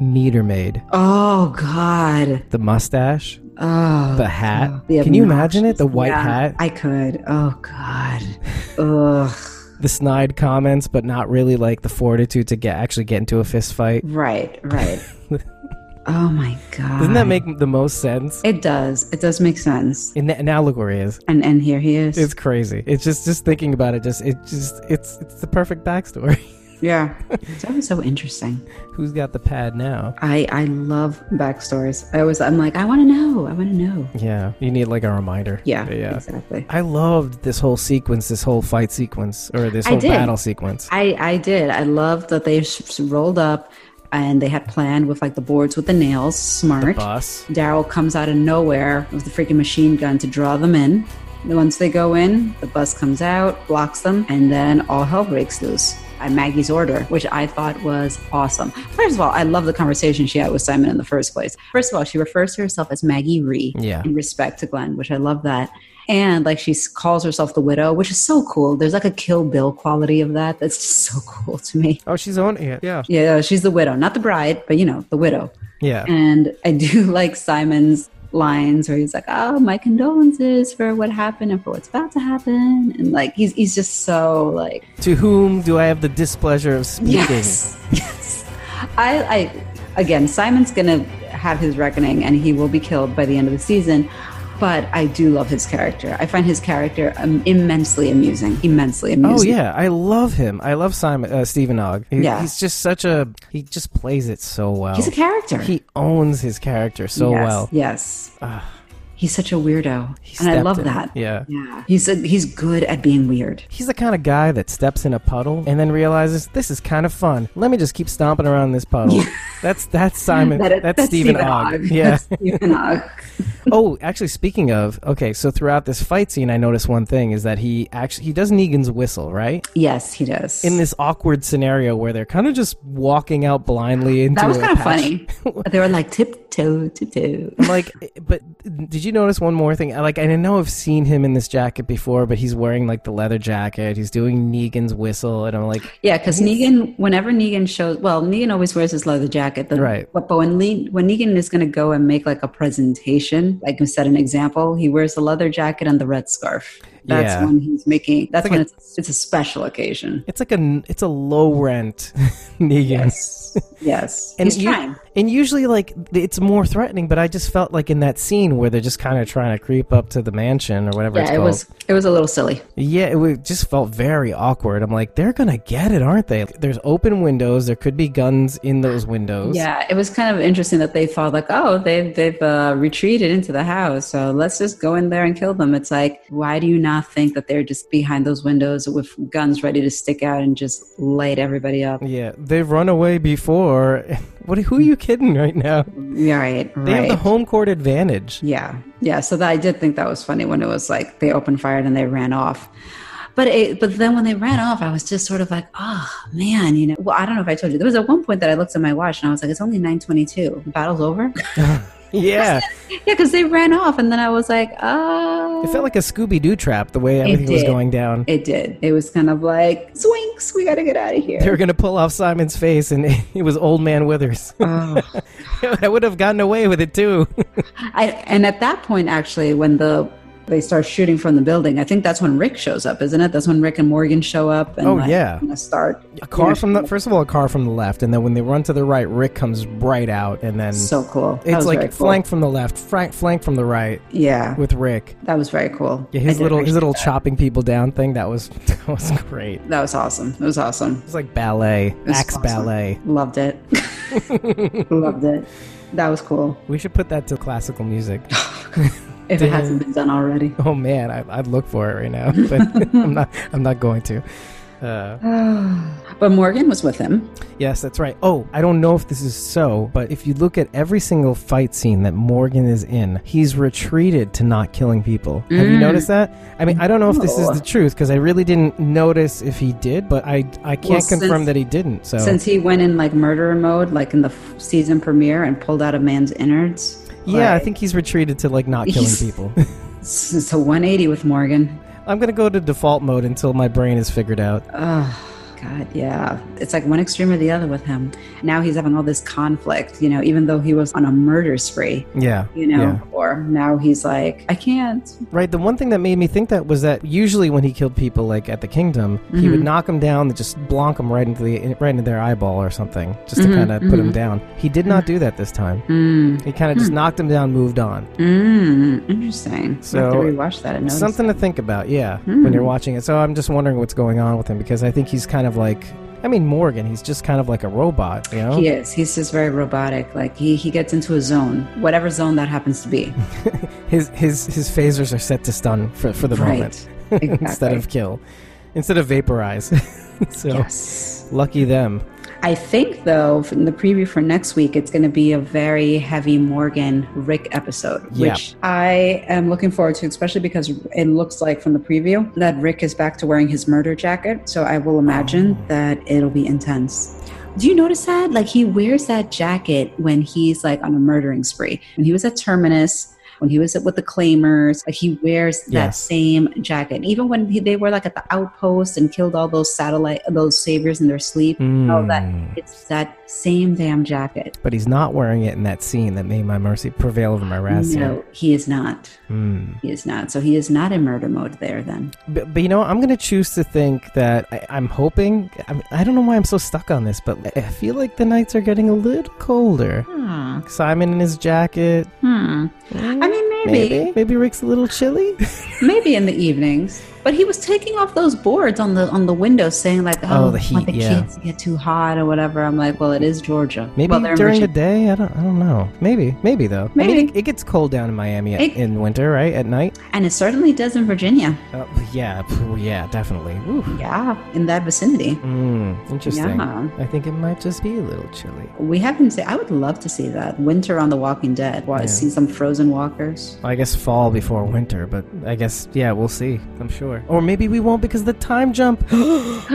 Speaker 1: meter maid,
Speaker 2: Oh God.
Speaker 1: the mustache,
Speaker 2: Oh.
Speaker 1: the hat.
Speaker 2: The
Speaker 1: Can you imagine it? The white
Speaker 2: yeah,
Speaker 1: hat,
Speaker 2: I could. Oh God. Ugh.
Speaker 1: the snide comments, but not really like the fortitude to get actually get into a fist fight.
Speaker 2: Right, right. Oh my god!
Speaker 1: Doesn't that make the most sense?
Speaker 2: It does. It does make sense.
Speaker 1: An, an allegory is.
Speaker 2: And and here he is.
Speaker 1: It's crazy. It's just just thinking about it. Just it just it's it's the perfect backstory.
Speaker 2: yeah, it's always so interesting.
Speaker 1: Who's got the pad now?
Speaker 2: I I love backstories. I always I'm like I want to know. I want to know.
Speaker 1: Yeah, you need like a reminder.
Speaker 2: Yeah,
Speaker 1: But yeah.
Speaker 2: exactly.
Speaker 1: I loved this whole sequence, this whole fight sequence, or this
Speaker 2: I
Speaker 1: whole
Speaker 2: did.
Speaker 1: battle sequence.
Speaker 2: I I did. I loved that they sh- sh- rolled up and they had planned with like the boards with the nails. Smart.
Speaker 1: Bus.
Speaker 2: Daryl comes out of nowhere with the freaking machine gun to draw them in. And Once they go in, the bus comes out, blocks them, and then all hell breaks loose. At Maggie's order, which I thought was awesome. First of all, I love the conversation she had with Simon in the first place. First of all, she refers to herself as Maggie Ree
Speaker 1: Yeah.
Speaker 2: in respect to Glenn, which I love that. And like she s- calls herself the widow, which is so cool. There's like a Kill Bill quality of that. That's just so cool to me.
Speaker 1: Oh, she's on it. Yeah.
Speaker 2: Yeah, she's the widow, not the bride, but you know, the widow.
Speaker 1: Yeah.
Speaker 2: And I do like Simon's lines where he's like, "Oh, my condolences for what happened and for what's about to happen," and like he's he's just so like,
Speaker 1: To whom do I have the displeasure of speaking?
Speaker 2: yes, yes. I, I again, Simon's gonna have his reckoning, and he will be killed by the end of the season. But I do love his character. I find his character um, immensely amusing. Immensely
Speaker 1: Oh
Speaker 2: amusing.
Speaker 1: yeah, I love him. I love Simon uh, Stephen Ogg. He-
Speaker 2: Yeah.
Speaker 1: he's just such a he just plays it so well.
Speaker 2: he's a character.
Speaker 1: He owns his character so
Speaker 2: yes,
Speaker 1: well.
Speaker 2: Yes. He's such a weirdo,
Speaker 1: He
Speaker 2: and I
Speaker 1: stepped
Speaker 2: love
Speaker 1: in.
Speaker 2: that.
Speaker 1: Yeah.
Speaker 2: Yeah, he's a, he's good at being weird.
Speaker 1: He's the kind of guy that steps in a puddle and then realizes this is kind of fun. Let me just keep stomping around this puddle. that's that's Simon.
Speaker 2: That-
Speaker 1: that's, Stephen Ogg. Yeah.
Speaker 2: That's Stephen Ogg.
Speaker 1: oh, actually, speaking of, okay, so throughout this fight scene, I noticed one thing is that he actually he does Negan's whistle, right?
Speaker 2: Yes, he does.
Speaker 1: In this awkward scenario where they're kind of just walking out blindly into
Speaker 2: that was
Speaker 1: a
Speaker 2: kind of
Speaker 1: patch.
Speaker 2: funny. they were like tiptoe, tiptoe.
Speaker 1: like eh, but did you notice one more thing like i know i've seen him in this jacket before but he's wearing like the leather jacket he's doing negan's whistle and i'm like
Speaker 2: Yeah, because Negan, whenever Negan shows, well, Negan always wears his leather jacket. The,
Speaker 1: Right.
Speaker 2: But, but when, Le, when Negan is going to go and make like a presentation, like set an example, he wears the leather jacket and the red scarf. That's
Speaker 1: Yeah.
Speaker 2: when he's making. That's
Speaker 1: like
Speaker 2: when
Speaker 1: a-
Speaker 2: it's it's a special occasion.
Speaker 1: it's like a it's a low rent negan
Speaker 2: Yes. Yes.
Speaker 1: And,
Speaker 2: he's
Speaker 1: u-
Speaker 2: trying.
Speaker 1: and usually, like it's more threatening, but I just felt like in that scene where they're just kind of trying to creep up to the mansion or whatever it's
Speaker 2: Yeah, it
Speaker 1: called.
Speaker 2: was it was a little silly.
Speaker 1: Yeah, it wa- just felt very awkward. I'm like, they're gonna get it, aren't they? There's open windows. There could be guns in those windows.
Speaker 2: Yeah, it was kind of interesting that they thought like, oh, they've they've uh, retreated into the house, so let's just go in there and kill them. It's like, why do you not think that they're just behind those windows with guns ready to stick out and just light everybody up?
Speaker 1: yeah, they've run away before. What? Who are you kidding right now?
Speaker 2: Yeah, right,
Speaker 1: They have
Speaker 2: right.
Speaker 1: the home court advantage.
Speaker 2: yeah, yeah. So that, I did think that was funny when it was like they opened fire and they ran off. But it, but then when they ran off, I was just sort of like, oh man, you know. Well, I don't know if I told you. There was at one point that I looked at my watch and I was like, it's only nine twenty-two. The battle's over.
Speaker 1: Yeah,
Speaker 2: yeah, because they ran off, and then I was like, oh.
Speaker 1: it felt like a Scooby Doo trap the way everything was
Speaker 2: did.
Speaker 1: going down.
Speaker 2: It did. It was kind of like, Zwinks, we got to get out of
Speaker 1: They
Speaker 2: here.
Speaker 1: were gonna pull off Simon's face, and it was Old Man Withers.
Speaker 2: Oh.
Speaker 1: I would have gotten away with it too.
Speaker 2: I, and at that point, actually, when the they start shooting from the building, I think that's when Rick shows up, isn't it? That's when Rick and Morgan show up. And
Speaker 1: Oh,
Speaker 2: like,
Speaker 1: yeah.
Speaker 2: kinda start.
Speaker 1: A car from the first of all, a car from the left, and then when they run to the right, Rick comes right out, and then
Speaker 2: So cool. That
Speaker 1: it's
Speaker 2: was
Speaker 1: like
Speaker 2: very cool.
Speaker 1: flank from the left, frank, flank from the right
Speaker 2: Yeah,
Speaker 1: with Rick.
Speaker 2: that was very cool.
Speaker 1: Yeah,
Speaker 2: I
Speaker 1: his
Speaker 2: did
Speaker 1: little his
Speaker 2: appreciate
Speaker 1: little
Speaker 2: That.
Speaker 1: chopping people down thing that was that was great.
Speaker 2: That was awesome. It was awesome.
Speaker 1: It's like ballet,
Speaker 2: was
Speaker 1: axe
Speaker 2: awesome.
Speaker 1: ballet.
Speaker 2: Loved it. Loved it. That was cool.
Speaker 1: We should put that to classical music.
Speaker 2: If it hasn't been done already.
Speaker 1: Oh man, I, I'd look for it right now, but I'm not. I'm not going to. Uh,
Speaker 2: But Morgan was with him.
Speaker 1: yes, that's right. Oh, I don't know if this is so, but if you look at every single fight scene that Morgan is in, he's retreated to not killing people. Have you noticed that? I mean, I don't know if this is
Speaker 2: Mm. No.
Speaker 1: the truth because I really didn't notice if he did, but I I can't
Speaker 2: Well,
Speaker 1: confirm
Speaker 2: since-
Speaker 1: that he didn't. So
Speaker 2: Since he went in like murderer mode, like in the f- season premiere, and pulled out a man's innards.
Speaker 1: yeah, I
Speaker 2: like,
Speaker 1: think he's retreated to like not killing
Speaker 2: He's-
Speaker 1: people.
Speaker 2: It's, it's a 180 with Morgan.
Speaker 1: I'm gonna go to default mode until my brain is figured out.
Speaker 2: God, yeah. It's like one extreme or the other with him. Now he's having all this conflict, you know, even though he was on a murder spree,
Speaker 1: Yeah.
Speaker 2: you know,
Speaker 1: Yeah.
Speaker 2: or now he's like, I can't.
Speaker 1: Right. The one thing that made me think that was that usually when he killed people, like at the kingdom, he
Speaker 2: Mm-hmm.
Speaker 1: would knock them down and just blonk them right into the right into their eyeball or something, just to kind of put them down. He did not do that this time.
Speaker 2: Mm-hmm, Mm,
Speaker 1: He kind of just knocked them down, moved on.
Speaker 2: mm, interesting. So I have to
Speaker 1: So,
Speaker 2: rewatch that and notice.
Speaker 1: Something to think about, yeah, when
Speaker 2: Hmm.
Speaker 1: you're watching it. So I'm just wondering what's going on with him because I think he's kind of like, I mean, Morgan. He's just kind of like a robot, you know.
Speaker 2: he is. He's just very robotic. Like he, he gets into a zone, whatever zone that happens to be.
Speaker 1: His his his phasers are set to stun for for the moment
Speaker 2: right. Exactly.
Speaker 1: instead of kill, instead of vaporize. so
Speaker 2: Yes.
Speaker 1: lucky them.
Speaker 2: I think, though, from the preview for next week, it's going to be a very heavy Morgan Rick episode,
Speaker 1: Yeah.
Speaker 2: which I am looking forward to, especially because it looks like from the preview that Rick is back to wearing his murder jacket. So I will imagine
Speaker 1: Oh.
Speaker 2: that it'll be intense. Do you notice that? Like, he wears that jacket when he's like on a murdering spree. When he was at Terminus, when he was with the claimers, like he wears that
Speaker 1: Yes.
Speaker 2: same jacket. Even when he, they were like at the outpost and killed all those satellite, those saviors in their sleep, all that
Speaker 1: Mm.
Speaker 2: it's that same damn jacket.
Speaker 1: But he's not wearing it in that scene that made my mercy prevail over my wrath. scene.
Speaker 2: No, he is not.
Speaker 1: Hmm.
Speaker 2: He is not. So he is not in murder mode there then.
Speaker 1: But, but you know, what? I'm going to choose to think that I, I'm hoping. I, I don't know why I'm so stuck on this, but I I feel like the nights are getting a little colder.
Speaker 2: Hmm.
Speaker 1: Simon in his jacket.
Speaker 2: Hmm. I mean, maybe.
Speaker 1: Maybe.
Speaker 2: maybe.
Speaker 1: Maybe Rick's a little chilly.
Speaker 2: in the evenings. But he was taking off those boards on the on the window saying like,
Speaker 1: Oh,
Speaker 2: oh,
Speaker 1: the
Speaker 2: I
Speaker 1: heat,
Speaker 2: want the
Speaker 1: yeah.
Speaker 2: kids to get too hot or whatever. I'm like, well, it is Georgia.
Speaker 1: Maybe
Speaker 2: well, they're in
Speaker 1: during the
Speaker 2: Virginia.
Speaker 1: day. I don't. I don't know. Maybe. Maybe though. I mean,
Speaker 2: Maybe.
Speaker 1: it, it gets cold down in Miami at,
Speaker 2: It-
Speaker 1: in winter, right? At night.
Speaker 2: and it certainly does in Virginia.
Speaker 1: Uh, yeah. phew, Yeah. Definitely. Ooh.
Speaker 2: Yeah, in that vicinity.
Speaker 1: Mm, interesting.
Speaker 2: Yeah.
Speaker 1: I think it might just be a little chilly.
Speaker 2: We haven't seen. I would love to see that winter on The Walking Dead. Well,
Speaker 1: Yeah.
Speaker 2: see some frozen walkers.
Speaker 1: I guess fall before winter, but I guess yeah, we'll see. I'm sure. Or maybe we won't because of the time jump. oh,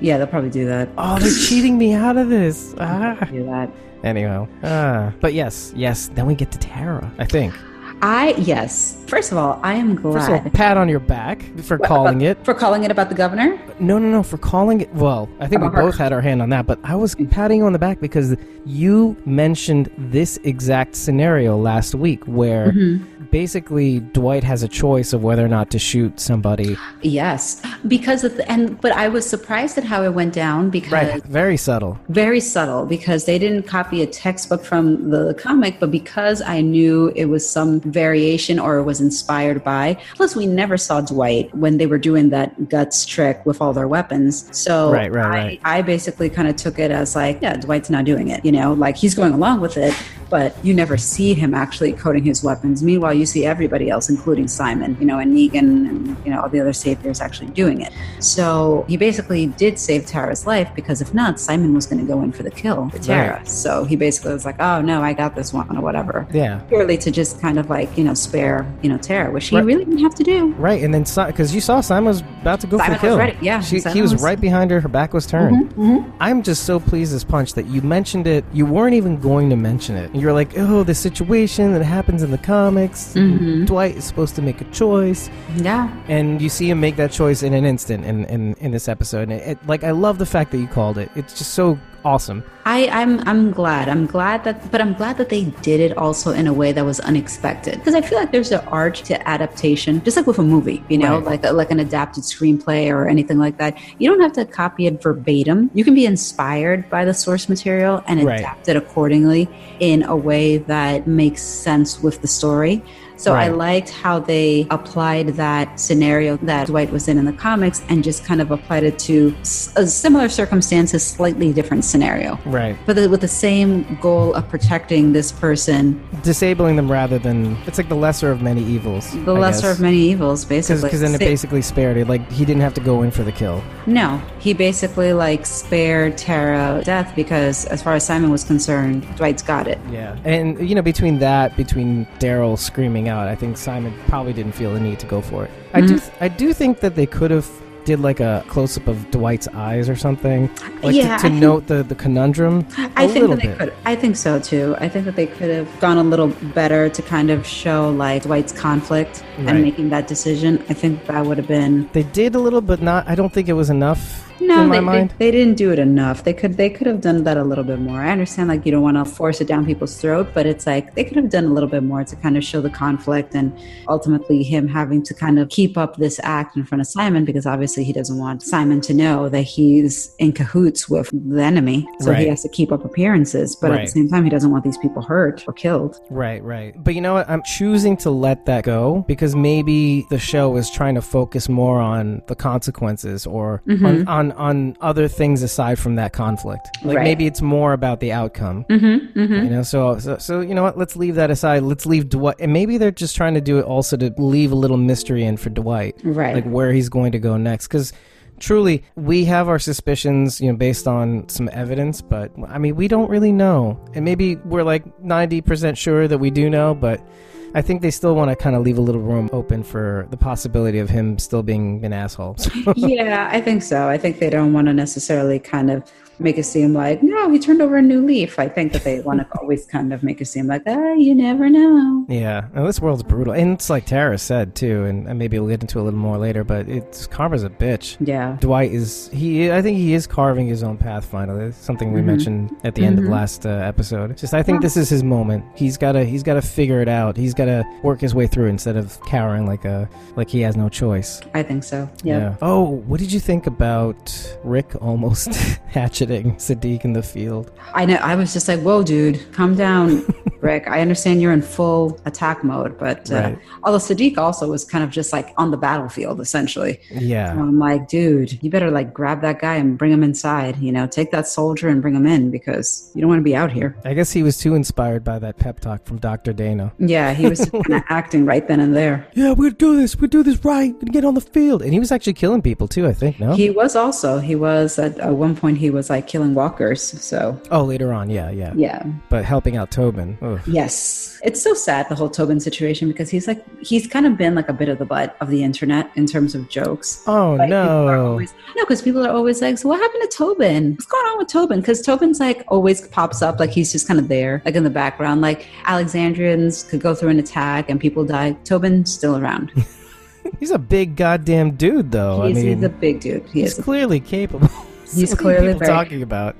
Speaker 2: yeah, they'll probably do that.
Speaker 1: they're cheating me out of this. Ah.
Speaker 2: do that.
Speaker 1: Anyhow, ah. but yes, yes. Then we get to Tara. I think.
Speaker 2: I yes. First of all, I am
Speaker 1: First of all,
Speaker 2: glad
Speaker 1: pat on your back for calling it.
Speaker 2: for calling it about the governor.
Speaker 1: No, no, no, for calling it. Well, I think we
Speaker 2: Uh-huh.
Speaker 1: both had our hand on that, but I was patting you on the back because you mentioned this exact scenario last week where
Speaker 2: Mm-hmm.
Speaker 1: basically Dwight has a choice of whether or not to shoot somebody.
Speaker 2: Yes, because of the, and but I was surprised at how it went down because
Speaker 1: Right. Very subtle.
Speaker 2: very subtle because they didn't copy a textbook from the comic, but because I knew it was some variation or was inspired by. Plus, we never saw Dwight when they were doing that guts trick with all their weapons. So
Speaker 1: Right, right,
Speaker 2: I,
Speaker 1: right.
Speaker 2: I basically kind of took it as like, yeah, Dwight's not doing it. You know, like he's going along with it, but you never see him actually coding his weapons. Meanwhile, you see everybody else, including Simon, you know, and Negan and, you know, all the other saviors actually doing it. So he basically did save Tara's life because if not, Simon was going to go in for the kill with Tara.
Speaker 1: Right.
Speaker 2: So he basically was like, oh, no, I got this one or whatever.
Speaker 1: Yeah.
Speaker 2: Purely to just kind of like, you know, spare, you know, Tara, which he
Speaker 1: Right.
Speaker 2: really didn't have to do.
Speaker 1: Right, and then because you saw Simon was about to go
Speaker 2: Simon
Speaker 1: for
Speaker 2: was
Speaker 1: the kill,
Speaker 2: ready, yeah,
Speaker 1: she,
Speaker 2: Simon
Speaker 1: he was,
Speaker 2: was- Mm-hmm,
Speaker 1: right behind her. Her back was turned. I'm just so pleased as punch that you mentioned it. You weren't even going to mention it. You were like, "Oh, the situation that happens in the comics.
Speaker 2: Mm-hmm.
Speaker 1: Dwight is supposed to make a choice,
Speaker 2: Yeah.
Speaker 1: and you see him make that choice in an instant in in, in this episode. And it, it, like, I love the fact that you called it. It's just so awesome.
Speaker 2: I, I'm I'm glad. I'm glad that, but I'm glad that they did it also in a way that was unexpected. Because I feel like there's an art to adaptation, just like with a movie, you know,
Speaker 1: Right.
Speaker 2: like like an adapted screenplay or anything like that. You don't have to copy it verbatim. You can be inspired by the source material and
Speaker 1: Right.
Speaker 2: adapt it accordingly in a way that makes sense with the story. So I
Speaker 1: Right.
Speaker 2: liked how they applied that scenario that Dwight was in in the comics and just kind of applied it to s- a similar circumstances, slightly different scenario
Speaker 1: Right,
Speaker 2: but the, with the same goal of protecting this person,
Speaker 1: disabling them rather than it's like the lesser of many evils.
Speaker 2: the lesser of many evils, basically.
Speaker 1: Because then it
Speaker 2: Sa-
Speaker 1: basically spared it. Like he didn't have to go in for the kill.
Speaker 2: no, he basically like spared Tara death because, as far as Simon was concerned, Dwight's got it.
Speaker 1: Yeah, and you know, between that, between Daryl screaming out, I think Simon probably didn't feel the need to go for it. I
Speaker 2: Mm-hmm.
Speaker 1: do, th- I do think that they could have did like a close up of Dwight's eyes or something, like
Speaker 2: Yeah, I
Speaker 1: to, to
Speaker 2: think-
Speaker 1: note the the conundrum.
Speaker 2: I
Speaker 1: a
Speaker 2: think
Speaker 1: little
Speaker 2: that they
Speaker 1: bit.
Speaker 2: could. I think so too. I think that they could have gone a little better to kind of show like Dwight's conflict
Speaker 1: Right.
Speaker 2: and making that decision. I think that would have been
Speaker 1: They did a little, but not. I don't think it was enough.
Speaker 2: No,
Speaker 1: in my
Speaker 2: they, they,
Speaker 1: mind.
Speaker 2: they didn't do it enough. They could they could have done that a little bit more. I understand like you don't want to force it down people's throat, but it's like they could have done a little bit more to kind of show the conflict and ultimately him having to kind of keep up this act in front of Simon because obviously he doesn't want Simon to know that he's in cahoots with the enemy. So
Speaker 1: Right.
Speaker 2: he has to keep up appearances, but at
Speaker 1: Right.
Speaker 2: the same time he doesn't want these people hurt or killed.
Speaker 1: Right, right. But you know what? I'm choosing to let that go because maybe the show is trying to focus more on the consequences or on, on on other things aside from that conflict. Like
Speaker 2: Mm-hmm. Right.
Speaker 1: maybe it's more about the outcome.
Speaker 2: Mm-hmm, mm-hmm.
Speaker 1: You know, so, so so you know what? Let's leave that aside. Let's leave Dwight. And maybe they're just trying to do it also to leave a little mystery in for Dwight,
Speaker 2: Right.
Speaker 1: Like where he's going to go next, because. Truly, we have our suspicions, you know, based on some evidence, but I mean, we don't really know. And maybe we're like 90% sure that we do know, but I think they still want to kind of leave a little room open for the possibility of him still being an asshole.
Speaker 2: yeah, I think so. I think they don't want to necessarily kind of make it seem like, no, he turned over a new leaf. I think that they want to always kind of make it seem like, ah, you never know.
Speaker 1: Yeah, now this world's brutal, and it's like Tara said too, and and maybe we'll get into it a little more later. But it's karma's a bitch.
Speaker 2: Yeah.
Speaker 1: Dwight is he? I think he is carving his own path finally. It's something we mentioned at the end of last uh, episode. Just I think this is his moment. He's gotta he's gotta figure it out. He's gotta work his way through instead of cowering like a like he has no choice.
Speaker 2: I think so. Yeah.
Speaker 1: Oh, what did you think about Rick almost hatcheting Sadiq in the field?
Speaker 2: I know. I was just like, whoa, dude, calm down, Rick. I understand you're in full attack mode, but uh,
Speaker 1: Right.
Speaker 2: although Sadiq also was kind of just like on the battlefield, essentially.
Speaker 1: Yeah.
Speaker 2: I'm like, dude, you better like grab that guy and bring him inside, you know, take that soldier and bring him in because you don't want to be out here.
Speaker 1: I guess he was too inspired by that pep talk from Dr. Dana.
Speaker 2: Yeah, he was kind of acting right then and there.
Speaker 1: yeah, we're gonna do this, we're gonna do this right, we're gonna get on the field. And he was actually killing people too, I think, no?
Speaker 2: He was also he was at, at one point he was like killing walkers. So
Speaker 1: oh, later on, yeah, yeah,
Speaker 2: yeah,
Speaker 1: But helping out Tobin. Ugh.
Speaker 2: yes, it's so sad the whole Tobin situation because he's like he's kind of been like a bit of the butt of the internet in terms of jokes.
Speaker 1: Oh,
Speaker 2: Like, people are
Speaker 1: no.
Speaker 2: always- no, because people are always like, "So what happened to Tobin? What's going on with Tobin?" Because Tobin's like always pops up, like he's just kind of there, like in the background. Like Alexandrians could go through an attack and people die. Tobin's still around.
Speaker 1: He's a big goddamn dude, though. I
Speaker 2: he's,
Speaker 1: mean,
Speaker 2: he's a big dude. He
Speaker 1: he's
Speaker 2: is. a-
Speaker 1: clearly capable. So
Speaker 2: He's
Speaker 1: what are
Speaker 2: clearly
Speaker 1: people
Speaker 2: very-
Speaker 1: talking about.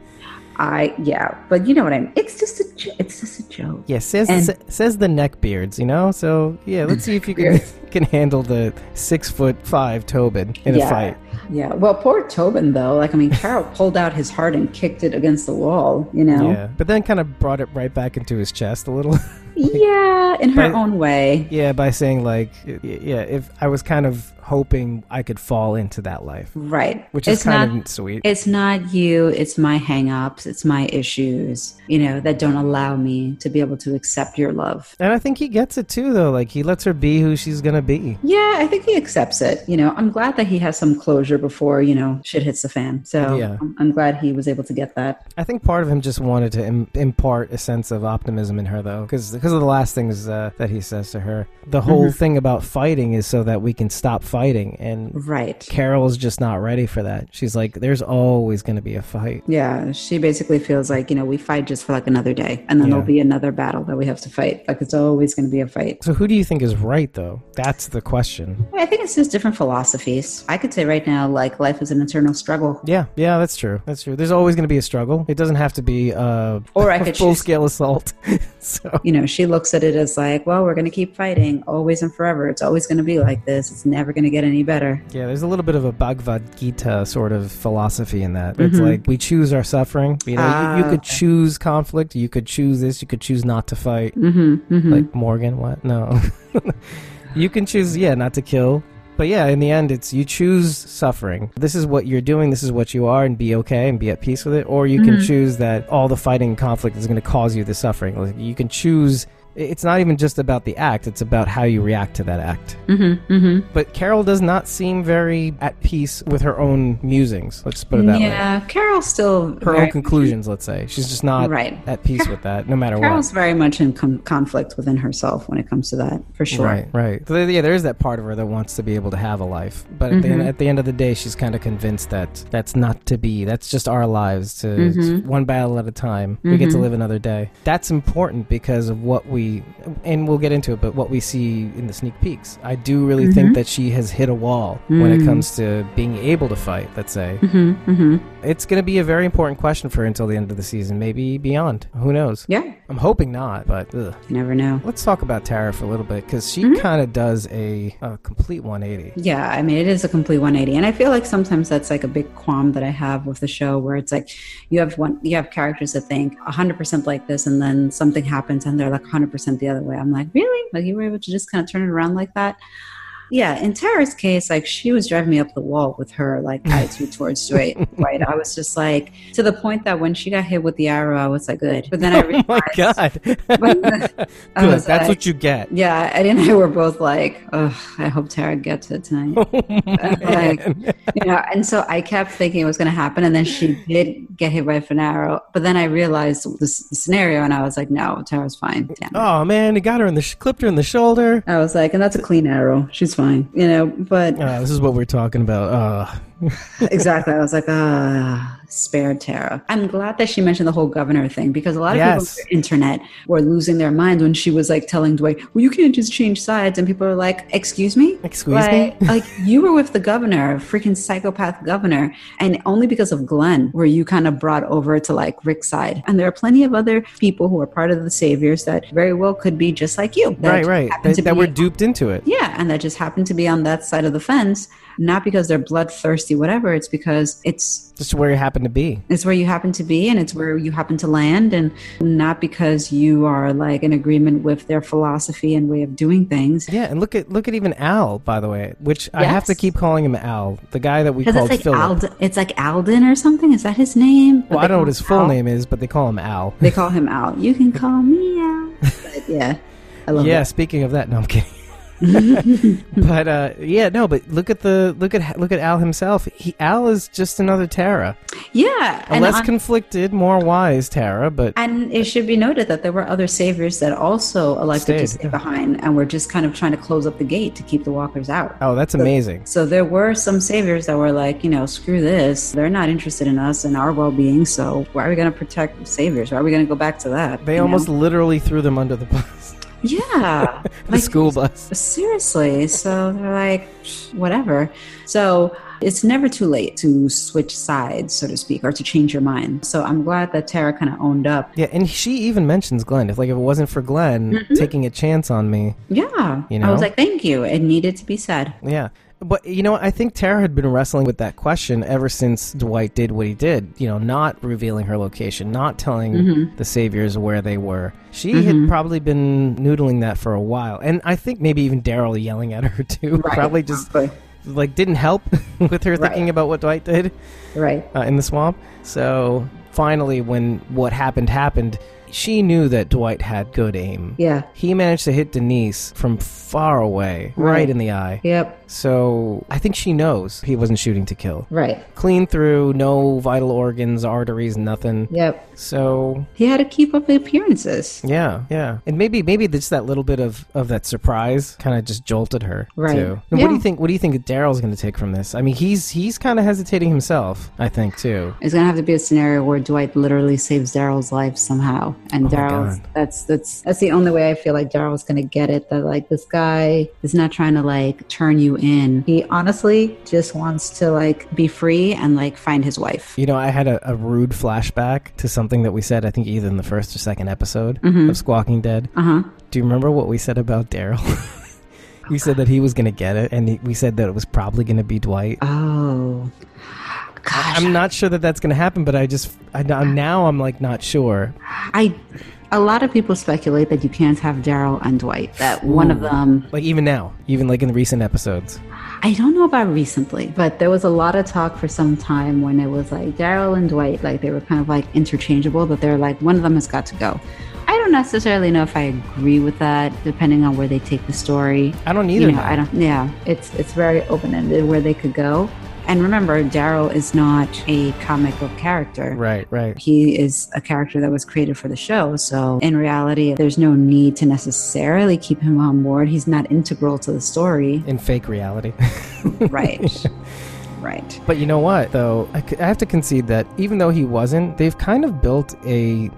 Speaker 2: I yeah, but you know what I mean. It's just a jo- it's just a joke.
Speaker 1: Yeah, says
Speaker 2: And-
Speaker 1: sa- says the neckbeards, you know. So yeah, let's see if you can can handle the six foot five Tobin in a fight.
Speaker 2: Yeah. Well, poor Tobin though. Like I mean, Carol pulled out his heart and kicked it against the wall. You know.
Speaker 1: Yeah, but then kind of brought it right back into his chest a little.
Speaker 2: Yeah, in her
Speaker 1: But-
Speaker 2: own way.
Speaker 1: Yeah, by saying like, y- yeah, if I was kind of hoping I could fall into that life,
Speaker 2: Right.
Speaker 1: which is
Speaker 2: it's
Speaker 1: kind
Speaker 2: not.
Speaker 1: of sweet.
Speaker 2: It's not you, it's my hangups, it's my issues, you know, that don't allow me to be able to accept your love.
Speaker 1: and I think he gets it too, though. Like he lets her be who she's gonna be.
Speaker 2: Yeah, I think he accepts it. You know, I'm glad that he has some closure before, you know, shit hits the fan. So
Speaker 1: Yeah.
Speaker 2: I'm- I'm glad he was able to get that.
Speaker 1: I think part of him just wanted to Im- impart a sense of optimism in her, though, because of the last things uh, that he says to her. The whole thing about fighting is so that we can stop fighting, and
Speaker 2: Right.
Speaker 1: Carol's just not ready for that. She's like, "There's always gonna be a fight."
Speaker 2: Yeah, she basically feels like, you know, we fight just for like another day and then
Speaker 1: Yeah.
Speaker 2: there'll be another battle that we have to fight. Like it's always going to be a fight.
Speaker 1: So, who do you think is right, though? That's the question.
Speaker 2: I think it's just different philosophies. I could say right now, like, life is an eternal struggle.
Speaker 1: Yeah, yeah, that's true. That's true. There's always going to be a struggle. It doesn't have to be uh,
Speaker 2: Or I
Speaker 1: a
Speaker 2: could
Speaker 1: full
Speaker 2: choose,
Speaker 1: scale assault. so
Speaker 2: you know, she looks at it as like, well, we're going to keep fighting always and forever. It's always going to be like this. It's never going to get any better.
Speaker 1: yeah, there's a little bit of a Bhagavad Gita sort of philosophy in that. It's like we choose our suffering. You know, you, you
Speaker 2: Ah,
Speaker 1: could choose conflict. You could choose this. You could choose not to fight.
Speaker 2: Mm-hmm, mm-hmm.
Speaker 1: Like Morgan, what? No, you can choose. Yeah, not to kill. But yeah, in the end, it's you choose suffering. This is what you're doing. This is what you are, and be okay and be at peace with it. Or you
Speaker 2: Mm-hmm.
Speaker 1: can choose that all the fighting and conflict is going to cause you the suffering. Like, you can choose. It's not even just about the act; it's about how you react to that act.
Speaker 2: mm-hmm, mm-hmm.
Speaker 1: But Carol does not seem very at peace with her own musings. Let's put it that way.
Speaker 2: Yeah, Carol's still
Speaker 1: Her
Speaker 2: very,
Speaker 1: own conclusions. Let's say she's just not
Speaker 2: Right.
Speaker 1: at peace with that, no matter what.
Speaker 2: Carol's very much in com- conflict within herself when it comes to that, for sure.
Speaker 1: Right, right. So there- yeah, there is that part of her that wants to be able to have a life, but at, the end, at the end of the day, she's kind of convinced that that's not to be. That's just our lives. To it's one battle at a time, we get to live another day. That's important because of what we we and we'll get into it, but what we see in the sneak peeks, I do really think that she has hit a wall when it comes to being able to fight. Let's say
Speaker 2: Mm-hmm, mm-hmm.
Speaker 1: it's going to be a very important question for her until the end of the season, maybe beyond. Who knows?
Speaker 2: Yeah, you
Speaker 1: I'm hoping not, but ugh.
Speaker 2: never know.
Speaker 1: let's talk about Tara for a little bit because she
Speaker 2: Mm-hmm.
Speaker 1: kind of does a, a complete 180.
Speaker 2: Yeah, I mean, it is a complete 180. And I feel like sometimes that's like a big qualm that I have with the show where it's like you have one, you have characters that think 100% like this, and then something happens and they're like 100% the other way. I'm like, really? Like, you were able to just kind of turn it around like that? Yeah, in Tara's case, like she was driving me up the wall with her like attitude towards Dwight. Right, I was just like to the point that when she got hit with the arrow, I was like, good. But then I
Speaker 1: Oh
Speaker 2: realized,
Speaker 1: my god!
Speaker 2: But- I
Speaker 1: Good,
Speaker 2: was uh,
Speaker 1: that's
Speaker 2: like-
Speaker 1: what you get.
Speaker 2: yeah, Eddie and I were both like, Ugh, I hope Tara gets it tonight. like, you know, and so I kept thinking it was going to happen, and then she did get hit by an arrow. But then I realized the, s- the scenario, and I was like, "No, Tara's fine." Damn. it.
Speaker 1: Oh man, he got her in the sh- clipped her in the shoulder.
Speaker 2: I was like, "And that's a clean arrow. She's fine," you know. But
Speaker 1: Uh, this is what we're talking about. Uh,
Speaker 2: exactly, I was like, "Ah, spare Tara." I'm glad that she mentioned the whole governor thing because a lot of
Speaker 1: Yes.
Speaker 2: people on the internet were losing their minds when she was like telling Dwight, "Well, you can't just change sides," and people are like, "Excuse me."
Speaker 1: excuse me.
Speaker 2: Like, like you were with the governor, a freaking psychopath governor, and only because of Glenn were you kind of brought over to like Rick's side. And there are plenty of other people who are part of the Saviors that very well could be just like you. that
Speaker 1: Right,
Speaker 2: just
Speaker 1: right.
Speaker 2: happen
Speaker 1: That,
Speaker 2: to
Speaker 1: that
Speaker 2: be-
Speaker 1: we're duped into it.
Speaker 2: yeah, and that just happened to be on that side of the fence, not because they're bloodthirsty, whatever. It's because it's
Speaker 1: Just where you happen to be.
Speaker 2: it's where you happen to be and it's where you happen to land and not because you are like in agreement with their philosophy and way of doing things.
Speaker 1: Yeah, and look at look at even Al, by the way, which I have
Speaker 2: Yes.
Speaker 1: to keep calling him Al, the guy that we
Speaker 2: Because
Speaker 1: called
Speaker 2: it's like
Speaker 1: Philip.
Speaker 2: Ald- it's like Alden or something. Is that his name? But
Speaker 1: well,
Speaker 2: they
Speaker 1: I don't know
Speaker 2: call
Speaker 1: what his
Speaker 2: him
Speaker 1: full
Speaker 2: Al.
Speaker 1: name is, but they call him Al.
Speaker 2: They call him Al. You can call me Al. But yeah, I love
Speaker 1: yeah,
Speaker 2: that.
Speaker 1: speaking of that, no, I'm kidding. but uh, yeah, no, but look at the look at look at Al himself. He, Al is just another Tara,
Speaker 2: Yeah,
Speaker 1: a
Speaker 2: and,
Speaker 1: less
Speaker 2: on-
Speaker 1: conflicted, more wise Tara, but
Speaker 2: and it should be noted that there were other saviors that also elected to
Speaker 1: Stayed,
Speaker 2: stay
Speaker 1: yeah.
Speaker 2: behind, and were just kind of trying to close up the gate to keep the walkers out.
Speaker 1: oh, that's amazing.
Speaker 2: So there were some saviors that were like, you know, screw this. They're not interested in us and our well-being. So why are we going to protect saviors? Why are we going to go back to that?
Speaker 1: They
Speaker 2: you know?
Speaker 1: almost literally threw them under the bus,
Speaker 2: yeah,
Speaker 1: the
Speaker 2: Like,
Speaker 1: school bus.
Speaker 2: Seriously. So they're like, "Psh, whatever. So it's never too late to switch sides, so to speak, or to change your mind. So I'm glad that Tara kind of owned up.
Speaker 1: Yeah, and she even mentions Glenn. If like if it wasn't for Glenn
Speaker 2: Mm-hmm.
Speaker 1: taking a chance on me,
Speaker 2: Yeah.
Speaker 1: You
Speaker 2: I
Speaker 1: know?
Speaker 2: was like, thank you. It needed to be said.
Speaker 1: yeah. But you know, what? I think Tara had been wrestling with that question ever since Dwight did what he did. You know, not revealing her location, not telling
Speaker 2: Mm-hmm.
Speaker 1: the saviors where they were. She had probably been noodling that for a while, and I think maybe even Daryl yelling at her too.
Speaker 2: Right.
Speaker 1: Probably just
Speaker 2: Exactly.
Speaker 1: like didn't help with her thinking about what Dwight did.
Speaker 2: Right.
Speaker 1: uh, in the swamp. So finally, when what happened happened, she knew that Dwight had good aim.
Speaker 2: Yeah.
Speaker 1: He managed to hit Denise from far away, right,
Speaker 2: Right.
Speaker 1: in the eye.
Speaker 2: Yep.
Speaker 1: So I think she knows he wasn't shooting to kill.
Speaker 2: Right.
Speaker 1: Clean through, no vital organs, arteries, nothing.
Speaker 2: Yep.
Speaker 1: So
Speaker 2: He had to keep up the appearances.
Speaker 1: yeah, yeah, and maybe maybe just that little bit of of that surprise kind of just jolted her
Speaker 2: Right.
Speaker 1: too. And What do
Speaker 2: Yeah.
Speaker 1: you think? What do you think Daryl's going to take from this? I mean, he's he's kind of hesitating himself, I think too.
Speaker 2: It's gonna have to be a scenario where Dwight literally saves Daryl's life somehow, and
Speaker 1: my
Speaker 2: Daryl's
Speaker 1: God.
Speaker 2: that's that's that's the only way I feel like Daryl's gonna get it. That like this guy is not trying to like turn you in. He honestly just wants to like be free and like find his wife.
Speaker 1: You know, I had a, a rude flashback to something that we said, I think, either in the first or second episode
Speaker 2: Mm-hmm.
Speaker 1: of Squawking Dead.
Speaker 2: Uh huh.
Speaker 1: Do you remember what we said about Daryl? you said that he was going to get it, and he, we said that it was probably going to be Dwight.
Speaker 2: Oh, gosh.
Speaker 1: I'm not sure that that's going to happen, but I just, I, I'm- now I'm like not sure.
Speaker 2: I a lot of people speculate that you can't have Daryl and Dwight. That one of them
Speaker 1: Like, even now, even like in the recent episodes.
Speaker 2: I don't know about recently, but there was a lot of talk for some time when it was like Daryl and Dwight, like they were kind of like interchangeable, but they're like one of them has got to go. I don't necessarily know if I agree with that, depending on where they take the story.
Speaker 1: I don't either.
Speaker 2: You know,
Speaker 1: now.
Speaker 2: I don't. Yeah, it's it's very open ended where they could go. And remember, Daryl is not a comic book character.
Speaker 1: Right, right.
Speaker 2: He is a character that was created for the show. So, in reality, there's no need to necessarily keep him on board. He's not integral to the story.
Speaker 1: In fake reality.
Speaker 2: Right. right.
Speaker 1: But you know what, though? I, c- I have to concede that even though he wasn't, they've kind of built a.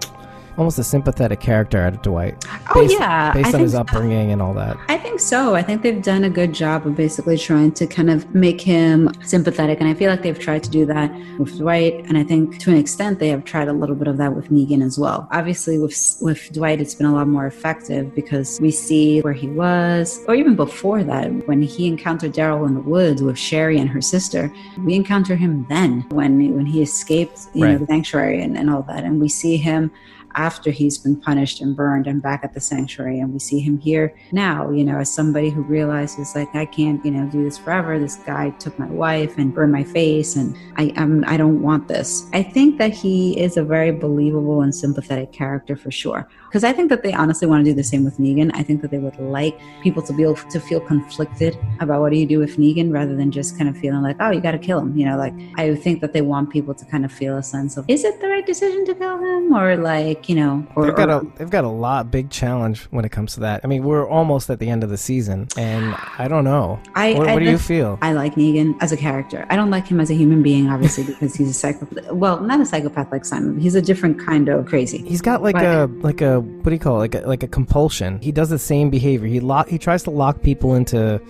Speaker 1: almost a sympathetic character out of Dwight.
Speaker 2: Oh,
Speaker 1: based-
Speaker 2: yeah,
Speaker 1: based
Speaker 2: I
Speaker 1: on his
Speaker 2: think so.
Speaker 1: upbringing and all that.
Speaker 2: I think so. I think they've done a good job of basically trying to kind of make him sympathetic. And I feel like they've tried to do that with Dwight. And I think to an extent, they have tried a little bit of that with Negan as well. Obviously, with, with Dwight, it's been a lot more effective because we see where he was, or even before that, when he encountered Daryl in the woods with Sherry and her sister, we encounter him then when, when he escaped you
Speaker 1: Right.
Speaker 2: know, the sanctuary and, and all that. And we see him after he's been punished and burned and back at the sanctuary and we see him here now you know as somebody who realizes like i can't you know do this forever this guy took my wife and burned my face and i I'm, i don't want this i think that he is a very believable and sympathetic character for sure because i think that they honestly want to do the same with negan i think that they would like people to be able to feel conflicted about what do you do with negan rather than just kind of feeling like oh you got to kill him you know like i think that they want people to kind of feel a sense of is it the right decision to kill him or like you know or,
Speaker 1: They've got
Speaker 2: or-
Speaker 1: a they've got a lot big challenge when it comes to that. I mean, we're almost at the end of the season, and I don't know.
Speaker 2: I-
Speaker 1: what
Speaker 2: I-
Speaker 1: what do you feel?
Speaker 2: I like Negan as a character. I don't like him as a human being, obviously, because he's a psychopath. Well, not a psychopath like Simon. He's a different kind of crazy.
Speaker 1: He's got like
Speaker 2: But-
Speaker 1: a like a what do you call it? like a, like a compulsion. He does the same behavior. He lock he tries to lock people into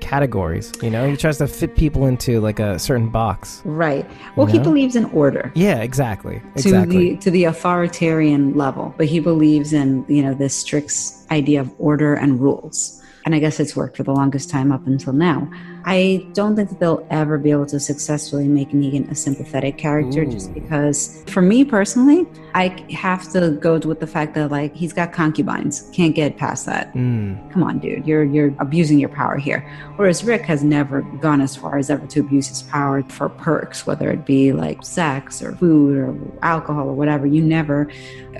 Speaker 1: categories. You know, he tries to fit people into like a certain box.
Speaker 2: Right. Well, he
Speaker 1: Yeah.
Speaker 2: believes in order.
Speaker 1: Yeah, exactly,
Speaker 2: to
Speaker 1: exactly.
Speaker 2: the to the authoritarian level, but he believes in you know this strict idea of order and rules. And I guess it's worked for the longest time up until now. I don't think that they'll ever be able to successfully make Negan a sympathetic character just because, for me personally, I have to go with the fact that, like, he's got concubines. Can't get past that
Speaker 1: Mm,
Speaker 2: come on dude you're you're abusing your power here whereas rick has never gone as far as ever to abuse his power for perks whether it be like sex or food or alcohol or whatever you never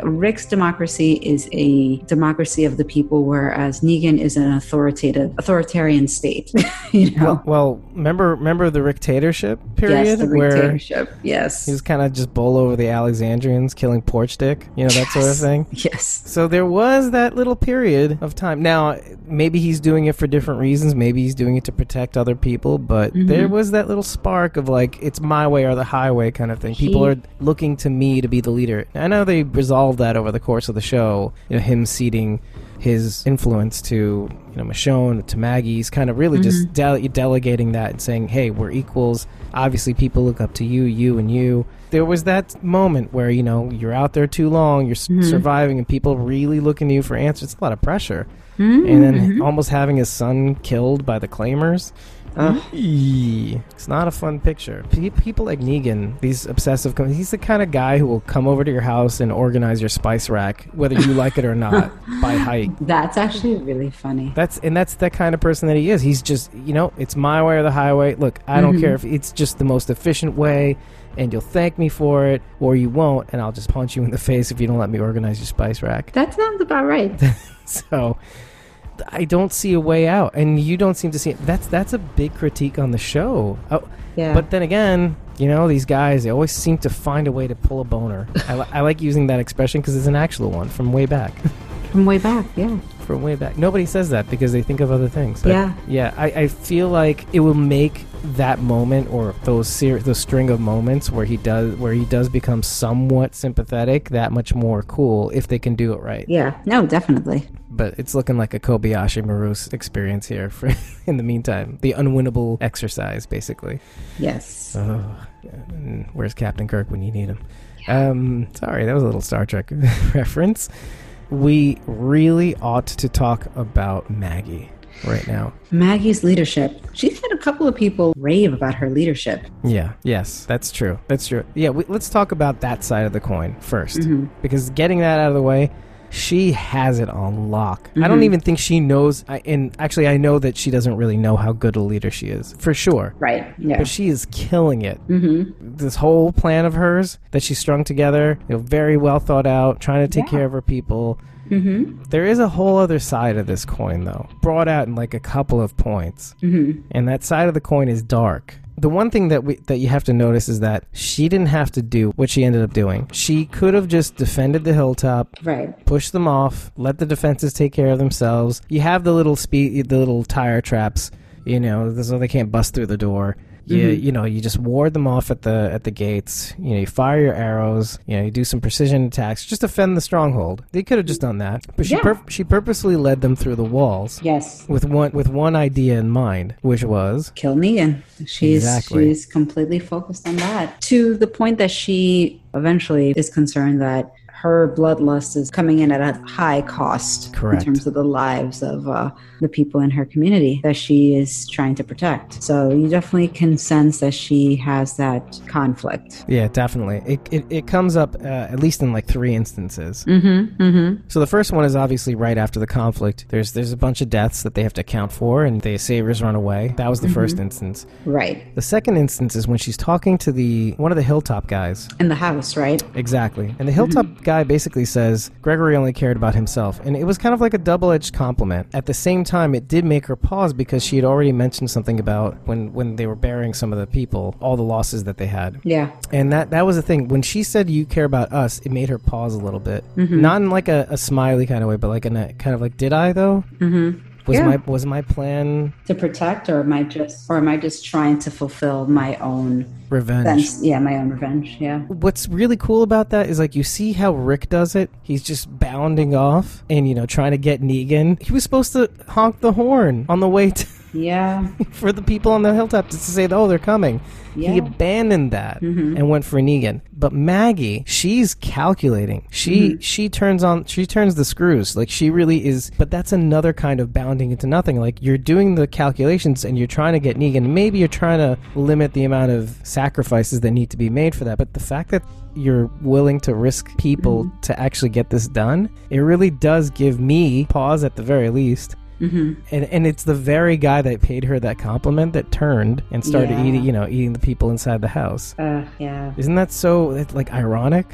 Speaker 2: rick's democracy is a democracy of the people whereas negan is an authoritative authoritarian state you know
Speaker 1: Well, well, remember remember the dictatorship period
Speaker 2: yes the
Speaker 1: where
Speaker 2: dictatorship yes
Speaker 1: he was kind of just bowl over the Alexandrians, killing porch dick, you know that sort of
Speaker 2: Yes.
Speaker 1: thing.
Speaker 2: yes
Speaker 1: So there was that little period of time. Now, maybe he's doing it for different reasons. Maybe he's doing it to protect other people. But there was that little spark of like, it's my way or the highway kind of thing. People
Speaker 2: He-
Speaker 1: are looking to me to be the leader. I know they resolved that over the course of the show. You know, him ceding his influence to you know Michonne to Maggie's kind of really just dele- delegating that and saying, "Hey, we're equals. Obviously, people look up to you, you and you." There was that moment where you know you're out there too long, you're s surviving, and people really looking to you for answers. It's a lot of pressure, and then almost having his son killed by the claimers. Eee. It's not a fun picture. Pe- people like Negan, these obsessive, com- he's the kind of guy who will come over to your house and organize your spice rack, whether you like it or not, by height.
Speaker 2: that's actually really funny
Speaker 1: That's and that's that kind of person that he is. He's just, you know, it's my way or the highway. Look, I don't care if it's just the most efficient way, and you'll thank me for it, or you won't, and I'll just punch you in the face if you don't let me organize your spice rack.
Speaker 2: that sounds about right
Speaker 1: So I don't see a way out, and you don't seem to see it. That's that's a big critique on the show. Oh,
Speaker 2: Yeah.
Speaker 1: But then again, you know these guys they always seem to find a way to pull a boner. I, li- I like using that expression because it's an actual one from way back.
Speaker 2: from way back yeah
Speaker 1: from way back. Nobody says that because they think of other things. But
Speaker 2: Yeah.
Speaker 1: yeah. I, I feel like it will make that moment or those ser- those string of moments where he does where he does become somewhat sympathetic that much more cool if they can do it right.
Speaker 2: yeah no definitely
Speaker 1: But it's looking like a Kobayashi Maru's experience here. For in the meantime, the unwinnable exercise, basically.
Speaker 2: yes
Speaker 1: Oh, and where's Captain Kirk when you need him? Um, sorry, that was a little Star Trek reference. We really ought to talk about Maggie right now.
Speaker 2: Maggie's leadership. She's had a couple of people rave about her leadership.
Speaker 1: Yeah. Yes, that's true. That's true. Yeah. We, let's talk about that side of the coin 1st because getting that out of the way, she has it on lock. I don't even think she knows. I, and actually, I know that she doesn't really know how good a leader she is for sure.
Speaker 2: Right. Yeah.
Speaker 1: But she is killing it. Mm-hmm. This whole plan of hers that she strung together, you know, very well thought out, trying to take care of her people. Mm-hmm. is a whole other side of this coin, though, brought out in like a couple of points, mm-hmm. and that side of the coin is dark. The one thing that we that you have to notice is that she didn't have to do what she ended up doing. She could have just defended the hilltop,
Speaker 2: right.
Speaker 1: push them off, let the defenses take care of themselves. You have the little speed, the little tire traps, you know, so they can't bust through the door. You you know you just ward them off at the at the gates. You know you fire your arrows. You know you do some precision attacks. Just defend the stronghold. They could have just done that, but she
Speaker 2: Yeah.
Speaker 1: pur- she purposely led them through the walls
Speaker 2: Yes.
Speaker 1: with one with one idea in mind, which was
Speaker 2: Kill Negan. She's
Speaker 1: Exactly.
Speaker 2: she's completely focused on that. To the point that she eventually is concerned that her bloodlust is coming in at a high cost
Speaker 1: Correct.
Speaker 2: in terms of the lives of uh, the people in her community that she is trying to protect. So you definitely can sense that she has that conflict.
Speaker 1: yeah definitely it it, it comes up uh, at least in like three instances.
Speaker 2: Mm-hmm. Mm-hmm.
Speaker 1: So the first one is obviously right after the conflict. There's there's a bunch of deaths that they have to account for, and the saviors run away. That
Speaker 2: Mm-hmm.
Speaker 1: was the first instance.
Speaker 2: Right.
Speaker 1: The second instance is when she's talking to the one of the hilltop guys.
Speaker 2: In the house, right?
Speaker 1: Exactly. And the hilltop
Speaker 2: Mm-hmm.
Speaker 1: guy basically says Gregory only cared about himself. And it was kind of like a double edged compliment. At the same time it did make her pause because she had already mentioned something about when, when they were burying some of the people, all the losses that they had.
Speaker 2: Yeah.
Speaker 1: And that that was the thing. When she said you care about us, it made her pause a little bit.
Speaker 2: Mm-hmm.
Speaker 1: Not in like a, a smiley kind of way, but like in a kind of like, did I though?
Speaker 2: Mm-hmm.
Speaker 1: Was
Speaker 2: Yeah.
Speaker 1: my was my plan
Speaker 2: To protect, or am I just, or am I just trying to fulfill my own
Speaker 1: revenge?
Speaker 2: sense? Yeah, my own revenge. Yeah.
Speaker 1: What's really cool about that is like you see how Rick does it. He's just bounding off and you know trying to get Negan. He was supposed to honk the horn on the way to,
Speaker 2: Yeah.
Speaker 1: for the people on the hilltop just to say, "Oh, they're coming." He
Speaker 2: Yeah.
Speaker 1: abandoned that and went for Negan. But Maggie, she's calculating. She she turns on she turns the screws. Like she really is. But that's another kind of bounding into nothing. Like you're doing the calculations and you're trying to get Negan. Maybe you're trying to limit the amount of sacrifices that need to be made for that. But the fact that you're willing to risk people to actually get this done, it really does give me pause at the very least. And, and it's the very guy that paid her that compliment that turned and started
Speaker 2: Yeah.
Speaker 1: eating, you know, eating the people inside the house.
Speaker 2: Uh, yeah.
Speaker 1: Isn't that so it's like ironic?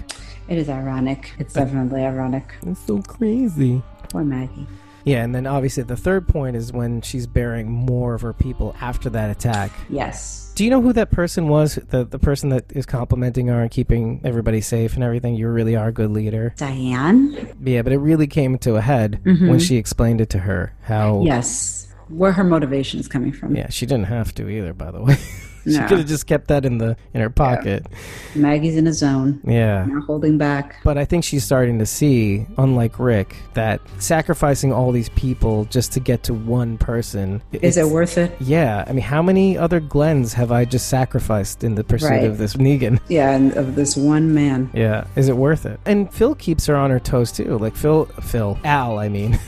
Speaker 2: It is ironic. It's definitely ironic.
Speaker 1: It's so crazy.
Speaker 2: Poor Maggie.
Speaker 1: Yeah, and then obviously the third point is when she's burying more of her people after that attack.
Speaker 2: Yes.
Speaker 1: Do you know who that person was? The the person that is complimenting her and keeping everybody safe and everything. You really are a good leader.
Speaker 2: Diane?
Speaker 1: Yeah, but it really came to a head
Speaker 2: Mm-hmm.
Speaker 1: when she explained it to her how
Speaker 2: Yes. Where her motivation's coming from.
Speaker 1: Yeah, she didn't have to either, by the way. she
Speaker 2: No.
Speaker 1: could have just kept that in the in her pocket.
Speaker 2: Maggie's in a zone.
Speaker 1: Yeah.
Speaker 2: Not holding back.
Speaker 1: But I think she's starting to see, unlike Rick, that sacrificing all these people just to get to one person it's-
Speaker 2: Is it worth it?
Speaker 1: Yeah, I mean, how many other Glens have I just sacrificed in the pursuit
Speaker 2: Right.
Speaker 1: of this Negan?
Speaker 2: Yeah, and of this one man.
Speaker 1: Yeah, is it worth it? And Phil keeps her on her toes too. Like Phil, Phil, Al, I mean,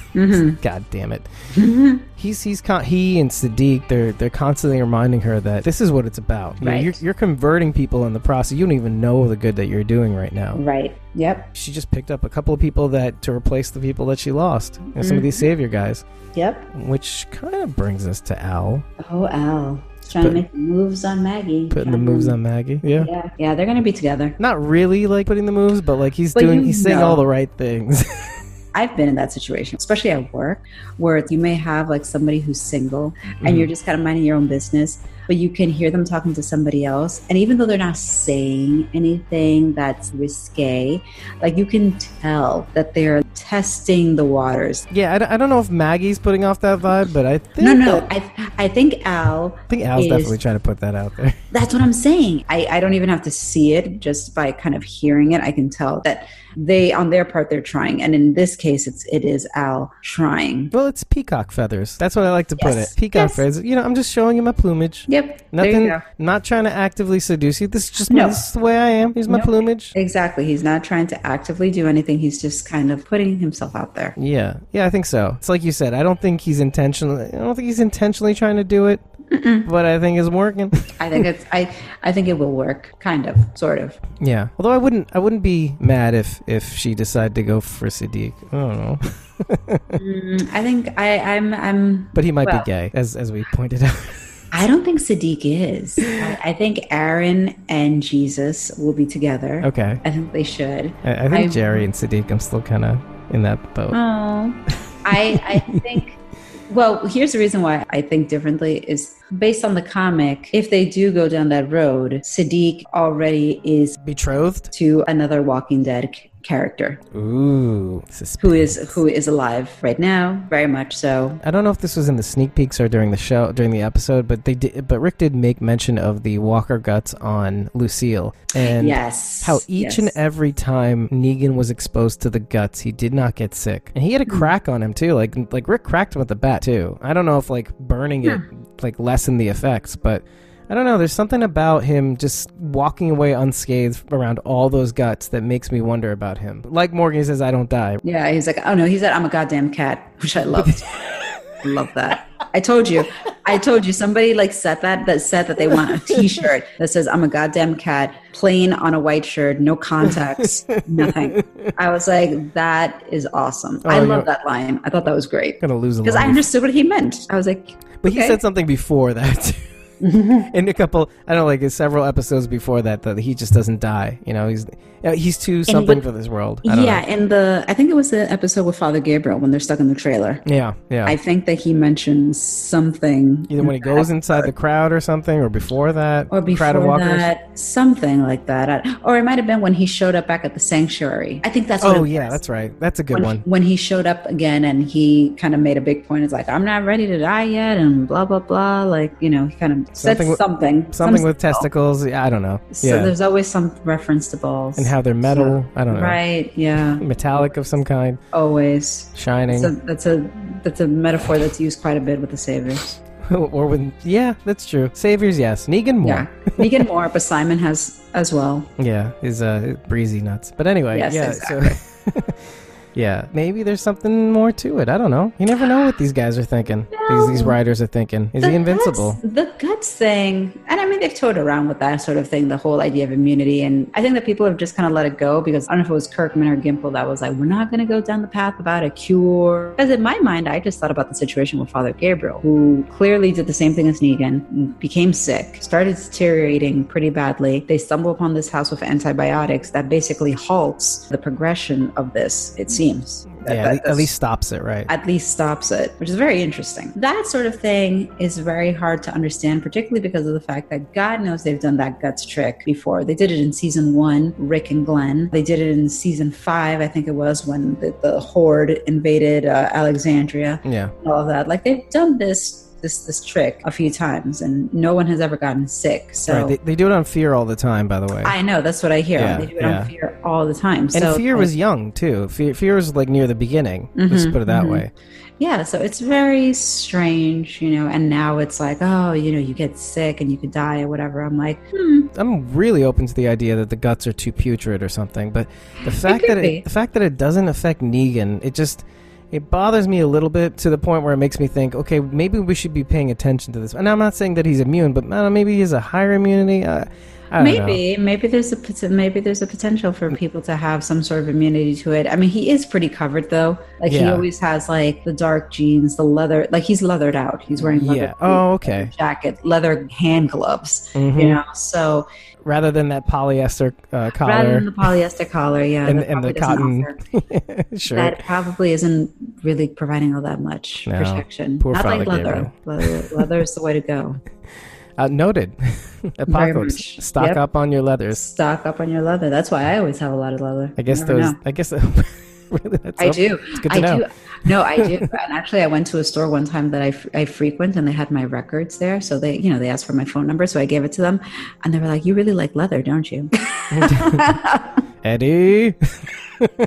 Speaker 2: Mm-hmm.
Speaker 1: God damn it. He's he's con- he and Sadiq. They're they're constantly reminding her that this is what it's about. You know,
Speaker 2: Right.
Speaker 1: You're, you're converting people in the process. You don't even know the good that you're doing right now.
Speaker 2: Right. Yep.
Speaker 1: She just picked up a couple of people that to replace the people that she lost, and some of
Speaker 2: Mm-hmm.
Speaker 1: these savior guys.
Speaker 2: Yep.
Speaker 1: Which kind of brings us to Al
Speaker 2: Oh, Al. Trying to
Speaker 1: Put-
Speaker 2: make moves on Maggie.
Speaker 1: putting the moves on Maggie. Yeah.
Speaker 2: Yeah. Yeah, they're going to be together.
Speaker 1: Not really like putting the moves, but like he's
Speaker 2: But
Speaker 1: doing,
Speaker 2: you
Speaker 1: he's saying
Speaker 2: know.
Speaker 1: all the right things.
Speaker 2: I've been in that situation, especially at work, where you may have like somebody who's single and you're just kind of minding your own business, but you can hear them talking to somebody else. And even though they're not saying anything that's risque, like you can tell that they're testing the waters.
Speaker 1: Yeah, I, d- I don't know if Maggie's putting off that vibe, but I think
Speaker 2: No,
Speaker 1: that-
Speaker 2: no, I, I think Al.
Speaker 1: I think Al's
Speaker 2: is-
Speaker 1: definitely trying to put that out there.
Speaker 2: That's what I'm saying. I, I don't even have to see it just by kind of hearing it. I can tell that they, on their part, they're trying. And in this case, it's it is Al trying.
Speaker 1: Well, it's peacock feathers. That's what I like to put
Speaker 2: Yes.
Speaker 1: it. Peacock
Speaker 2: Yes.
Speaker 1: feathers. You know, I'm just showing you my plumage.
Speaker 2: Yep.
Speaker 1: Nothing.
Speaker 2: There you go.
Speaker 1: Not trying to actively seduce you. This is just
Speaker 2: No.
Speaker 1: this is the way I am. Here's my
Speaker 2: No.
Speaker 1: plumage.
Speaker 2: Exactly. He's not trying to actively do anything. He's just kind of putting himself out there.
Speaker 1: Yeah, yeah, I think so. It's like you said. I don't think he's intentionally. I don't think he's intentionally trying to do it, but I think it's working.
Speaker 2: I think it's I I think it will work, kind of, sort of.
Speaker 1: yeah. Although I wouldn't. I wouldn't be mad if if she decided to go for Sadiq. I don't know.
Speaker 2: Mm, I think I I'm I'm
Speaker 1: But he might
Speaker 2: Well.
Speaker 1: be gay, as as we pointed out.
Speaker 2: I don't think Sadiq is. I, I think Aaron and Jesus will be together.
Speaker 1: okay.
Speaker 2: I think they should.
Speaker 1: I, I think
Speaker 2: I-
Speaker 1: Jerry and Sadiq, I'm still kind of in that boat.
Speaker 2: Oh, I I think. Well, here's the reason why I think differently is based on the comic. If they do go down that road, Sadiq already is
Speaker 1: Betrothed?
Speaker 2: to another Walking Dead c- character
Speaker 1: Ooh, suspense.
Speaker 2: who is who is alive right now, very much so.
Speaker 1: I don't know if this was in the sneak peeks or during the show during the episode, but they did, but Rick did make mention of the Walker guts on Lucille and
Speaker 2: yes.
Speaker 1: how each
Speaker 2: yes.
Speaker 1: and every time Negan was exposed to the guts, he did not get sick, and he had a
Speaker 2: Hmm.
Speaker 1: crack on him too. Like like Rick cracked him with the bat too. I don't know if like burning it like lessened the effects, but. I don't know. There's something about him just walking away unscathed around all those guts that makes me wonder about him. Like Morgan says, I don't die.
Speaker 2: Yeah, he's like, oh no, he said, I'm a goddamn cat, which I loved. Love that. I told you, I told you, somebody like said that, that said that they want a t shirt that says, I'm a goddamn cat, plain on a white shirt, no contacts, nothing. I was like, that is awesome. I
Speaker 1: Oh,
Speaker 2: love
Speaker 1: yeah.
Speaker 2: that line. I thought that was great
Speaker 1: gonna lose a
Speaker 2: because I
Speaker 1: life.
Speaker 2: understood what he meant. I was like,
Speaker 1: But he
Speaker 2: Okay.
Speaker 1: said something before that. In a couple, I don't know, like several episodes before that, that he just doesn't die. You know, he's uh, he's too something
Speaker 2: would-
Speaker 1: for this world. I don't
Speaker 2: yeah, in the, I think it was the episode with Father Gabriel when they're stuck in the trailer.
Speaker 1: know. yeah, yeah.
Speaker 2: I think that he mentioned something.
Speaker 1: Either when he goes inside the crowd or something, or before that,
Speaker 2: or before
Speaker 1: crowd of walkers.
Speaker 2: that, something like that. I- Or it might have been when he showed up back at the sanctuary. I think that's what
Speaker 1: Oh
Speaker 2: it
Speaker 1: yeah,
Speaker 2: was.
Speaker 1: that's right. That's a good one.
Speaker 2: when, when he showed up again and he kind of made a big point. It's like I'm not ready to die yet, and blah blah blah. Like you know, he kind of said
Speaker 1: Something with-
Speaker 2: something,
Speaker 1: Something
Speaker 2: Some-
Speaker 1: with testicles. Yeah, I don't know.
Speaker 2: So
Speaker 1: Yeah,
Speaker 2: there's always some reference to balls
Speaker 1: and how they're metal. I don't know.
Speaker 2: Right? Yeah,
Speaker 1: Metallic of some kind,
Speaker 2: always.
Speaker 1: shining,
Speaker 2: So that's a that's a metaphor that's used quite a bit with the saviors.
Speaker 1: or when yeah, that's true. Saviors, yes. Negan more.
Speaker 2: Yeah, Negan more, but Simon has as well.
Speaker 1: Yeah, is uh breezy nuts. But anyway,
Speaker 2: Yes,
Speaker 1: yeah. So Yeah, maybe there's something more to it. I don't know. You never know what these guys are thinking. These these writers are thinking. Is he invincible?
Speaker 2: Guts, the guts thing, and I mean they've toyed around with that sort of thing, the whole idea of immunity, and I think that people have just kind of let it go because I don't know if it was Kirkman or Gimple that was like, we're not going to go down the path about a cure. Because in my mind, I just thought about the situation with Father Gabriel, who clearly did the same thing as Negan, became sick, started deteriorating pretty badly. They stumble upon this house with antibiotics that basically halts the progression of this. It seems. That-
Speaker 1: Yeah,
Speaker 2: that-
Speaker 1: at le- at
Speaker 2: that's-
Speaker 1: least stops it, right?
Speaker 2: at least stops it, which is very interesting. That sort of thing is very hard to understand, particularly because of the fact that God knows they've done that guts trick before. They did it in season one, Rick and Glenn. They did it in season five, I think it was, when the, the horde invaded uh, Alexandria
Speaker 1: yeah.
Speaker 2: all of that. Like they've done this. This, this trick a few times and no one has ever gotten sick so
Speaker 1: Right. They, they do it on fear all the time, by the way.
Speaker 2: i know that's what i hear
Speaker 1: Yeah,
Speaker 2: they do it
Speaker 1: yeah.
Speaker 2: on fear all the time
Speaker 1: and
Speaker 2: so
Speaker 1: fear was young too. Fear, fear was like near the beginning.
Speaker 2: Mm-hmm,
Speaker 1: Let's put it that way.
Speaker 2: yeah so it's very strange you know and now it's like oh you know you get sick and you could die or whatever i'm like hmm
Speaker 1: I'm really open to the idea that the guts are too putrid or something, but the fact
Speaker 2: could
Speaker 1: that
Speaker 2: be.
Speaker 1: it, the fact that it doesn't affect Negan, it just it bothers me a little bit to the point where it makes me think, okay, maybe we should be paying attention to this. And I'm not saying that he's immune, but man, maybe he has a higher immunity. Uh, I don't know.
Speaker 2: maybe maybe there's a pot- maybe there's a potential for people to have some sort of immunity to it i mean he is pretty covered though like he
Speaker 1: Yeah.
Speaker 2: always has like the dark jeans the leather like he's leathered out he's wearing leather
Speaker 1: Yeah.
Speaker 2: boots,
Speaker 1: Oh, okay.
Speaker 2: leather jacket leather hand gloves
Speaker 1: Mhm.
Speaker 2: you know so
Speaker 1: Rather than that polyester uh, collar
Speaker 2: rather than the polyester collar yeah
Speaker 1: and,
Speaker 2: that
Speaker 1: and the
Speaker 2: probably doesn't
Speaker 1: cotton
Speaker 2: offer-
Speaker 1: shirt.
Speaker 2: that probably isn't really providing all that much
Speaker 1: No.
Speaker 2: protection.
Speaker 1: Poor
Speaker 2: Not
Speaker 1: Father
Speaker 2: like leather.
Speaker 1: Gabriel.
Speaker 2: leather. Leather is the way to go.
Speaker 1: Uh, noted. Apocalypse.
Speaker 2: much.
Speaker 1: Stock
Speaker 2: Yep.
Speaker 1: up on your leathers.
Speaker 2: Stock up on your leather. That's why I always have a lot of leather.
Speaker 1: I guess
Speaker 2: You never
Speaker 1: those.
Speaker 2: know.
Speaker 1: I guess. really, that's
Speaker 2: I
Speaker 1: up-
Speaker 2: do.
Speaker 1: It's good to
Speaker 2: I
Speaker 1: know.
Speaker 2: do. No, I do. and actually, I went to a store one time that I, fr- I frequent, and they had my records there. So they, you know, they asked for my phone number, so I gave it to them, and they were like, "You really like leather, don't you?"
Speaker 1: Eddie.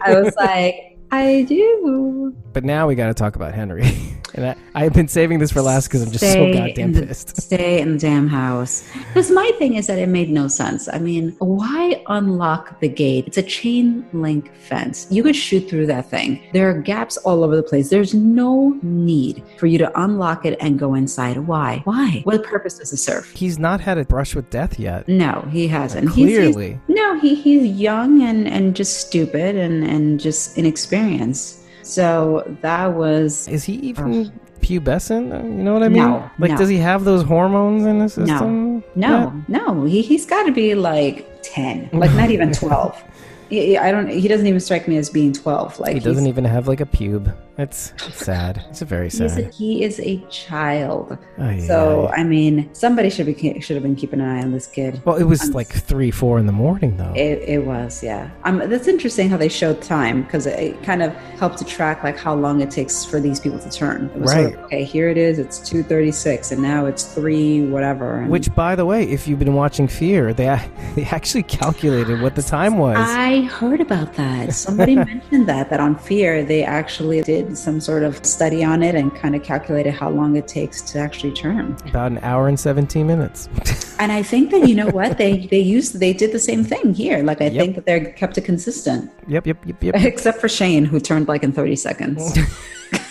Speaker 2: I was like, "I do."
Speaker 1: But now we got to talk about Henry. and I, I've been saving this for last because I'm just so
Speaker 2: Stay
Speaker 1: goddamn
Speaker 2: in the-
Speaker 1: pissed.
Speaker 2: Stay in the damn house. Because my thing is that it made no sense. I mean, why unlock the gate? It's a chain link fence. You could shoot through that thing. There are gaps all over the place. There's no need for you to unlock it and go inside. Why? Why? What purpose does it serve?
Speaker 1: He's not had a brush with death yet.
Speaker 2: No, he hasn't. He's- he's-
Speaker 1: Clearly.
Speaker 2: no, he, he's young and, and just stupid and, and just inexperienced. So that was
Speaker 1: Is he even pubescent? Uh, You know what I mean?
Speaker 2: Oh. No,
Speaker 1: Like,
Speaker 2: no.
Speaker 1: does he have those hormones in his system?
Speaker 2: No, no, he, he's got to be like 10, like not even 12. He- he- I don't, he doesn't even strike me as being 12. Like
Speaker 1: He doesn't
Speaker 2: he's-
Speaker 1: even have like a pube. It's, it's sad. It's a very
Speaker 2: He's a,
Speaker 1: sad.
Speaker 2: he is a child.
Speaker 1: Ay,
Speaker 2: So
Speaker 1: ay.
Speaker 2: I mean, somebody should be should have been keeping an eye on this kid.
Speaker 1: well, it was like three, four in the morning though.
Speaker 2: It, it was, yeah. Um, that's interesting how they showed time because it, it kind of helped to track like how long it takes for these people to turn. It was sort of,
Speaker 1: Right.
Speaker 2: okay, here it is. It's two thirty six, and now it's three whatever. And
Speaker 1: Which, by the way, if you've been watching Fear, they a- they actually calculated what the time was.
Speaker 2: I heard about that. Somebody mentioned that that on Fear they actually did some sort of study on it and kind of calculated how long it takes to actually turn.
Speaker 1: About an hour and 17 minutes.
Speaker 2: And I think that you know what they they used they did the same thing here. Like I
Speaker 1: Yep.
Speaker 2: think that they are kept it consistent,
Speaker 1: yep, yep, yep, yep.
Speaker 2: except for Shane who turned like in thirty seconds.
Speaker 1: Oh.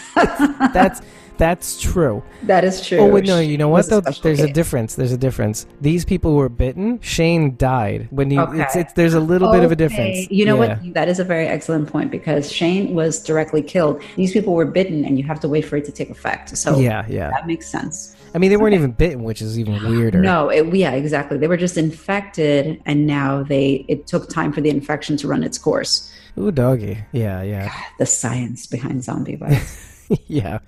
Speaker 1: That's that's true.
Speaker 2: That is true.
Speaker 1: Oh wait, no, you know what
Speaker 2: This is
Speaker 1: though?
Speaker 2: special
Speaker 1: There's a
Speaker 2: case.
Speaker 1: difference. There's a difference. These people who were bitten, Shane died. When you, it's,
Speaker 2: Okay.
Speaker 1: it's there's a little bit of a
Speaker 2: Okay.
Speaker 1: difference.
Speaker 2: You know
Speaker 1: Yeah.
Speaker 2: what? That is a very excellent point because Shane was directly killed. These people were bitten, and you have to wait for it to take effect. So
Speaker 1: Yeah, yeah.
Speaker 2: that makes sense.
Speaker 1: I mean, they weren't even bitten, which is even weirder.
Speaker 2: No, it, yeah, exactly. They were just infected, and now they it took time for the infection to run its course.
Speaker 1: Ooh, doggy. Yeah, yeah,
Speaker 2: The science behind zombie bites.
Speaker 1: yeah.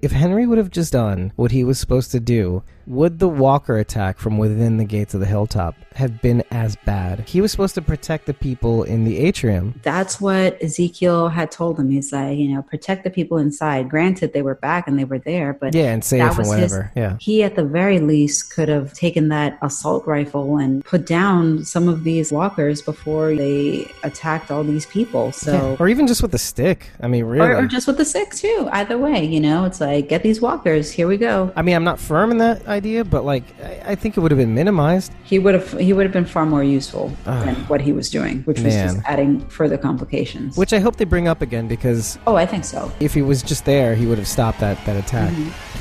Speaker 1: If Henry would have just done what he was supposed to do, would the walker attack from within the gates of the hilltop have been as bad? He was supposed to protect the people in the atrium.
Speaker 2: That's what Ezekiel had told him. He's like, you know, protect the people inside. Granted, they were back and they were there, but
Speaker 1: Yeah, and save
Speaker 2: That
Speaker 1: from
Speaker 2: was his-
Speaker 1: whatever. Yeah.
Speaker 2: he at the very least could have taken that assault rifle and put down some of these walkers before they attacked all these people so
Speaker 1: Or even just with the stick. I mean, really.
Speaker 2: or, or just with the stick too either way you know it's like get these walkers here we go
Speaker 1: I mean, I'm not firm in that idea, but like, I, I think it would have been minimized.
Speaker 2: he would have he would have been far more useful than what he was doing which was
Speaker 1: Ah. Man.
Speaker 2: just adding further complications
Speaker 1: Which I hope they bring up again because
Speaker 2: oh i think so
Speaker 1: if he was just there, he would have stopped that that attack.
Speaker 2: Mm-hmm.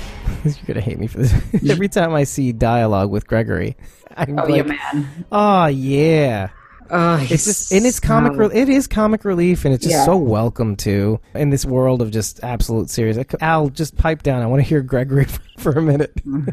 Speaker 1: You're gonna hate me for this. Every time I see dialogue with Gregory, I'm
Speaker 2: oh
Speaker 1: like,
Speaker 2: yeah man
Speaker 1: oh yeah.
Speaker 2: oh
Speaker 1: It's just and it's comic. Re- it is comic relief, and it's just
Speaker 2: Yeah.
Speaker 1: so welcome to in this world of just absolute serious. Al, just pipe down. I want to hear Gregory for, for a minute, and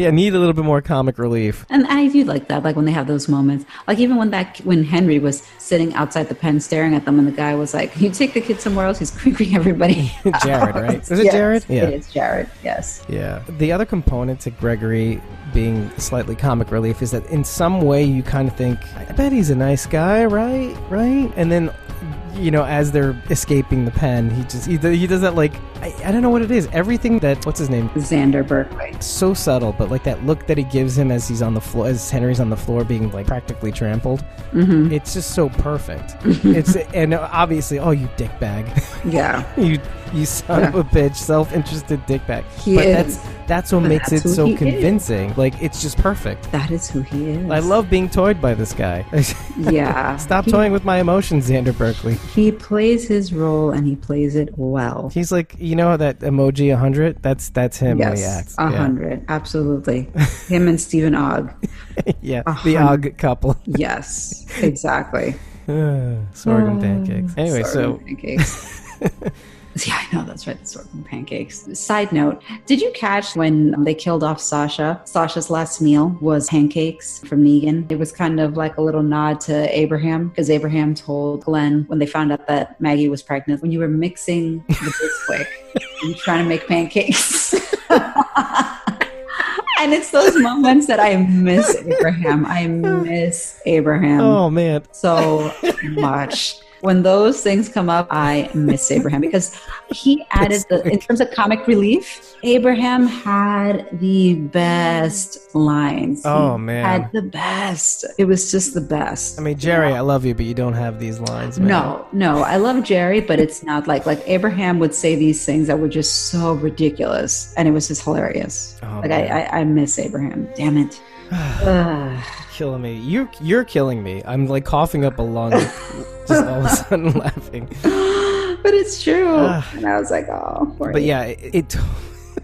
Speaker 1: yeah, I need a little bit more comic relief.
Speaker 2: And I do like that, like when they have those moments. Like even when that when Henry was sitting outside the pen staring at them, and the guy was like, "You take the kid somewhere else. He's creeping everybody."
Speaker 1: Jared, right? Is it
Speaker 2: Yes,
Speaker 1: Jared? Yeah.
Speaker 2: it is Jared. Yes.
Speaker 1: Yeah. The other component to Gregory being slightly comic relief is that in some way you kind of think, I bet he's a nice guy, right? Right? And then, you know, as they're escaping the pen, he just, he, do- he does that like, I, I don't know what it is. Everything that, what's his name?
Speaker 2: Xander Berkeley.
Speaker 1: So subtle, but like that look that he gives him as he's on the floor, as Henry's on the floor being like practically trampled. Mm-hmm. It's just so perfect.
Speaker 2: Mm-hmm.
Speaker 1: it's, and obviously, oh, you dickbag.
Speaker 2: Yeah.
Speaker 1: You you son of a bitch, self interested dickbag.
Speaker 2: He
Speaker 1: but
Speaker 2: is.
Speaker 1: that's that's what makes
Speaker 2: That's
Speaker 1: it
Speaker 2: who
Speaker 1: so
Speaker 2: he is.
Speaker 1: convincing. Like it's just perfect.
Speaker 2: That is who he is.
Speaker 1: I love being toyed by this guy.
Speaker 2: Yeah.
Speaker 1: Stop
Speaker 2: he,
Speaker 1: toying with my emotions, Xander Berkeley.
Speaker 2: He plays his role and he plays it well.
Speaker 1: He's like, you know that emoji 100? That's that's him when he
Speaker 2: Yes.
Speaker 1: acts.
Speaker 2: A
Speaker 1: Yeah.
Speaker 2: hundred. Absolutely. Him and Stephen Ogg.
Speaker 1: Yeah, the Og couple.
Speaker 2: Yes. Exactly.
Speaker 1: Sorghum pancakes. Anyway,
Speaker 2: Mm.
Speaker 1: so
Speaker 2: Sorghum pancakes. yeah, I know that's right. The sorghum pancakes. Side note: Did you catch when they killed off Sasha? Sasha's last meal was pancakes from Negan. It was kind of like a little nod to Abraham because Abraham told Glenn when they found out that Maggie was pregnant, when you were mixing the Bisquick, you were trying to make pancakes. And it's those moments that I miss Abraham. I miss Abraham
Speaker 1: Oh man.
Speaker 2: so much. When those things come up, I miss Abraham because he added the in terms of comic relief. Abraham had the best lines. He
Speaker 1: Oh, man.
Speaker 2: had the best. It was just the best.
Speaker 1: I mean Jerry, I love you, but you don't have these lines, man.
Speaker 2: no, no, I love Jerry, but it's not like like Abraham would say these things that were just so ridiculous, and it was just hilarious.
Speaker 1: Oh,
Speaker 2: like I,
Speaker 1: man.
Speaker 2: I, I miss Abraham. Damn it. Ugh.
Speaker 1: killing me. You you're killing me. I'm like coughing up a lung, just all of a sudden laughing.
Speaker 2: but it's true.
Speaker 1: Ugh.
Speaker 2: and I was like, oh, poor
Speaker 1: Ah. But yeah, it.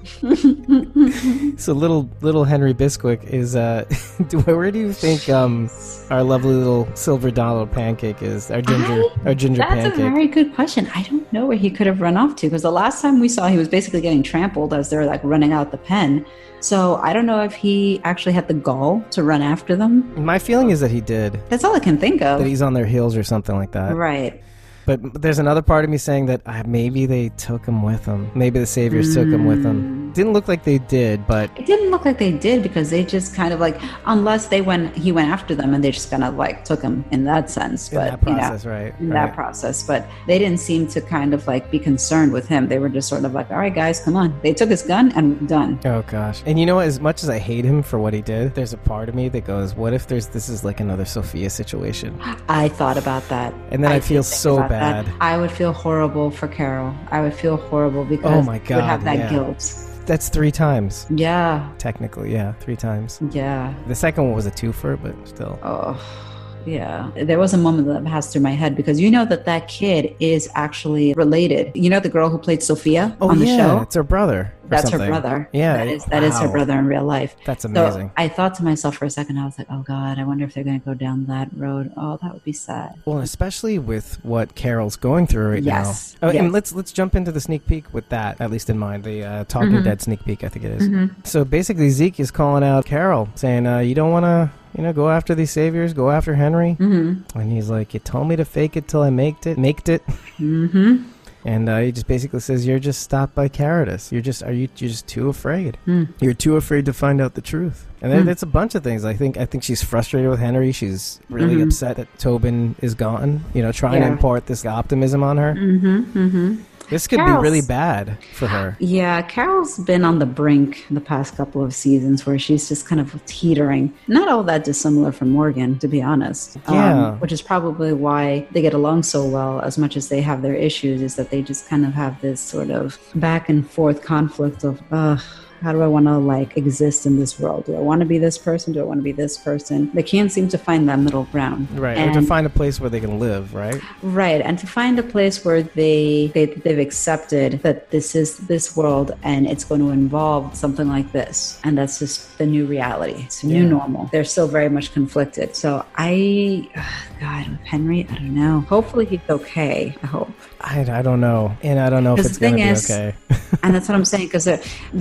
Speaker 1: it so little little Henry Bisquick is. Uh, do, where do you think um our lovely little silver dollar pancake is? Our ginger
Speaker 2: I-
Speaker 1: our ginger
Speaker 2: That's
Speaker 1: pancake.
Speaker 2: a very good question. I don't know where he could have run off to because the last time we saw, he was basically getting trampled as they're like running out the pen. So I don't know if he actually had the gall to run after them.
Speaker 1: My feeling is that he did.
Speaker 2: That's all I can think
Speaker 1: That
Speaker 2: of.
Speaker 1: he's on their heels or something like that.
Speaker 2: Right.
Speaker 1: But there's another part of me saying that uh, maybe they took him with them. Maybe the saviors took him with
Speaker 2: Mm.
Speaker 1: them. Didn't look like they did, but
Speaker 2: It didn't look like they did because they just kind of like, unless they went, he went after them and they just kind of like took him in that sense.
Speaker 1: in
Speaker 2: but
Speaker 1: that
Speaker 2: you know,
Speaker 1: process, right?
Speaker 2: in
Speaker 1: right.
Speaker 2: that process, but they didn't seem to kind of like be concerned with him. They were just sort of like, all right, guys, come on. They took his gun and done.
Speaker 1: Oh gosh. And you know what, as much as I hate him for what he did, there's a part of me that goes, What if there's this is like another Sophia situation?
Speaker 2: I thought about that.
Speaker 1: And then I,
Speaker 2: I
Speaker 1: feel so
Speaker 2: about that.
Speaker 1: bad.
Speaker 2: I would feel horrible for Carol. I would feel horrible because
Speaker 1: Oh, my
Speaker 2: I would
Speaker 1: God,
Speaker 2: have that
Speaker 1: yeah.
Speaker 2: guilt.
Speaker 1: That's three times.
Speaker 2: Yeah,
Speaker 1: Technically, yeah, three times.
Speaker 2: yeah.
Speaker 1: The second one was a twofer, but still.
Speaker 2: Oh, yeah. There was a moment that passed through my head because you know that that kid is actually related. You know the girl who played Sophia
Speaker 1: Oh
Speaker 2: on the
Speaker 1: yeah,
Speaker 2: show?
Speaker 1: it's her brother. or
Speaker 2: That's her
Speaker 1: something.
Speaker 2: brother.
Speaker 1: Yeah,
Speaker 2: That is, that is her
Speaker 1: wow.
Speaker 2: brother in real life.
Speaker 1: That's
Speaker 2: So
Speaker 1: amazing.
Speaker 2: I thought to myself for a second, I was like, oh God, I wonder if they're going to go down that road. Oh, that would be sad.
Speaker 1: Well, especially with what Carol's going through right
Speaker 2: Yes,
Speaker 1: now. Oh, and
Speaker 2: yes.
Speaker 1: let's let's jump into the sneak peek with that, at least in mind. The uh, Talking
Speaker 2: Mm-hmm.
Speaker 1: Dead sneak peek, I think it is. So basically, Zeke is calling out Carol, saying, uh, "You don't want to, you know, go after these saviors, go after Henry." Mm-hmm. And he's like, "You told me to fake it till I maked it, maked it."
Speaker 2: Mm-hmm.
Speaker 1: And uh, he just basically says, "You're just stopped by Caritas. You're just are you you're just too afraid.
Speaker 2: Hmm.
Speaker 1: You're too afraid to find out the truth." And then it's a bunch of things. I think I think she's frustrated with Henry. She's really
Speaker 2: Mhm.
Speaker 1: upset that Tobin is gone. You know, trying to
Speaker 2: Yeah.
Speaker 1: import this optimism on her.
Speaker 2: Mm-hmm. Mm-hmm.
Speaker 1: This could
Speaker 2: Carol's-
Speaker 1: be really bad for her.
Speaker 2: Yeah, Carol's been on the brink the past couple of seasons where she's just kind of teetering. Not all that dissimilar from Morgan, to be honest. Um,
Speaker 1: Yeah.
Speaker 2: which is probably why they get along so well, as much as they have their issues, is that they just kind of have this sort of back and forth conflict of, ugh. How do I want to like exist in this world? Do I want to be this person? Do I want to be this person? They can't seem to find that middle ground.
Speaker 1: Right. or to
Speaker 2: And-
Speaker 1: find a place where they can live. Right.
Speaker 2: Right, and to find a place where they, they they've accepted that this is this world and it's going to involve something like this, and that's just the new reality. It's the new
Speaker 1: Yeah.
Speaker 2: normal. They're still very much conflicted. So I, ugh, God, with Henry, I don't know. Hopefully he's okay. I hope.
Speaker 1: I, I don't know, and I don't know if
Speaker 2: 'Cause
Speaker 1: it's
Speaker 2: the
Speaker 1: going to be
Speaker 2: thing is-
Speaker 1: okay.
Speaker 2: And that's what I'm saying because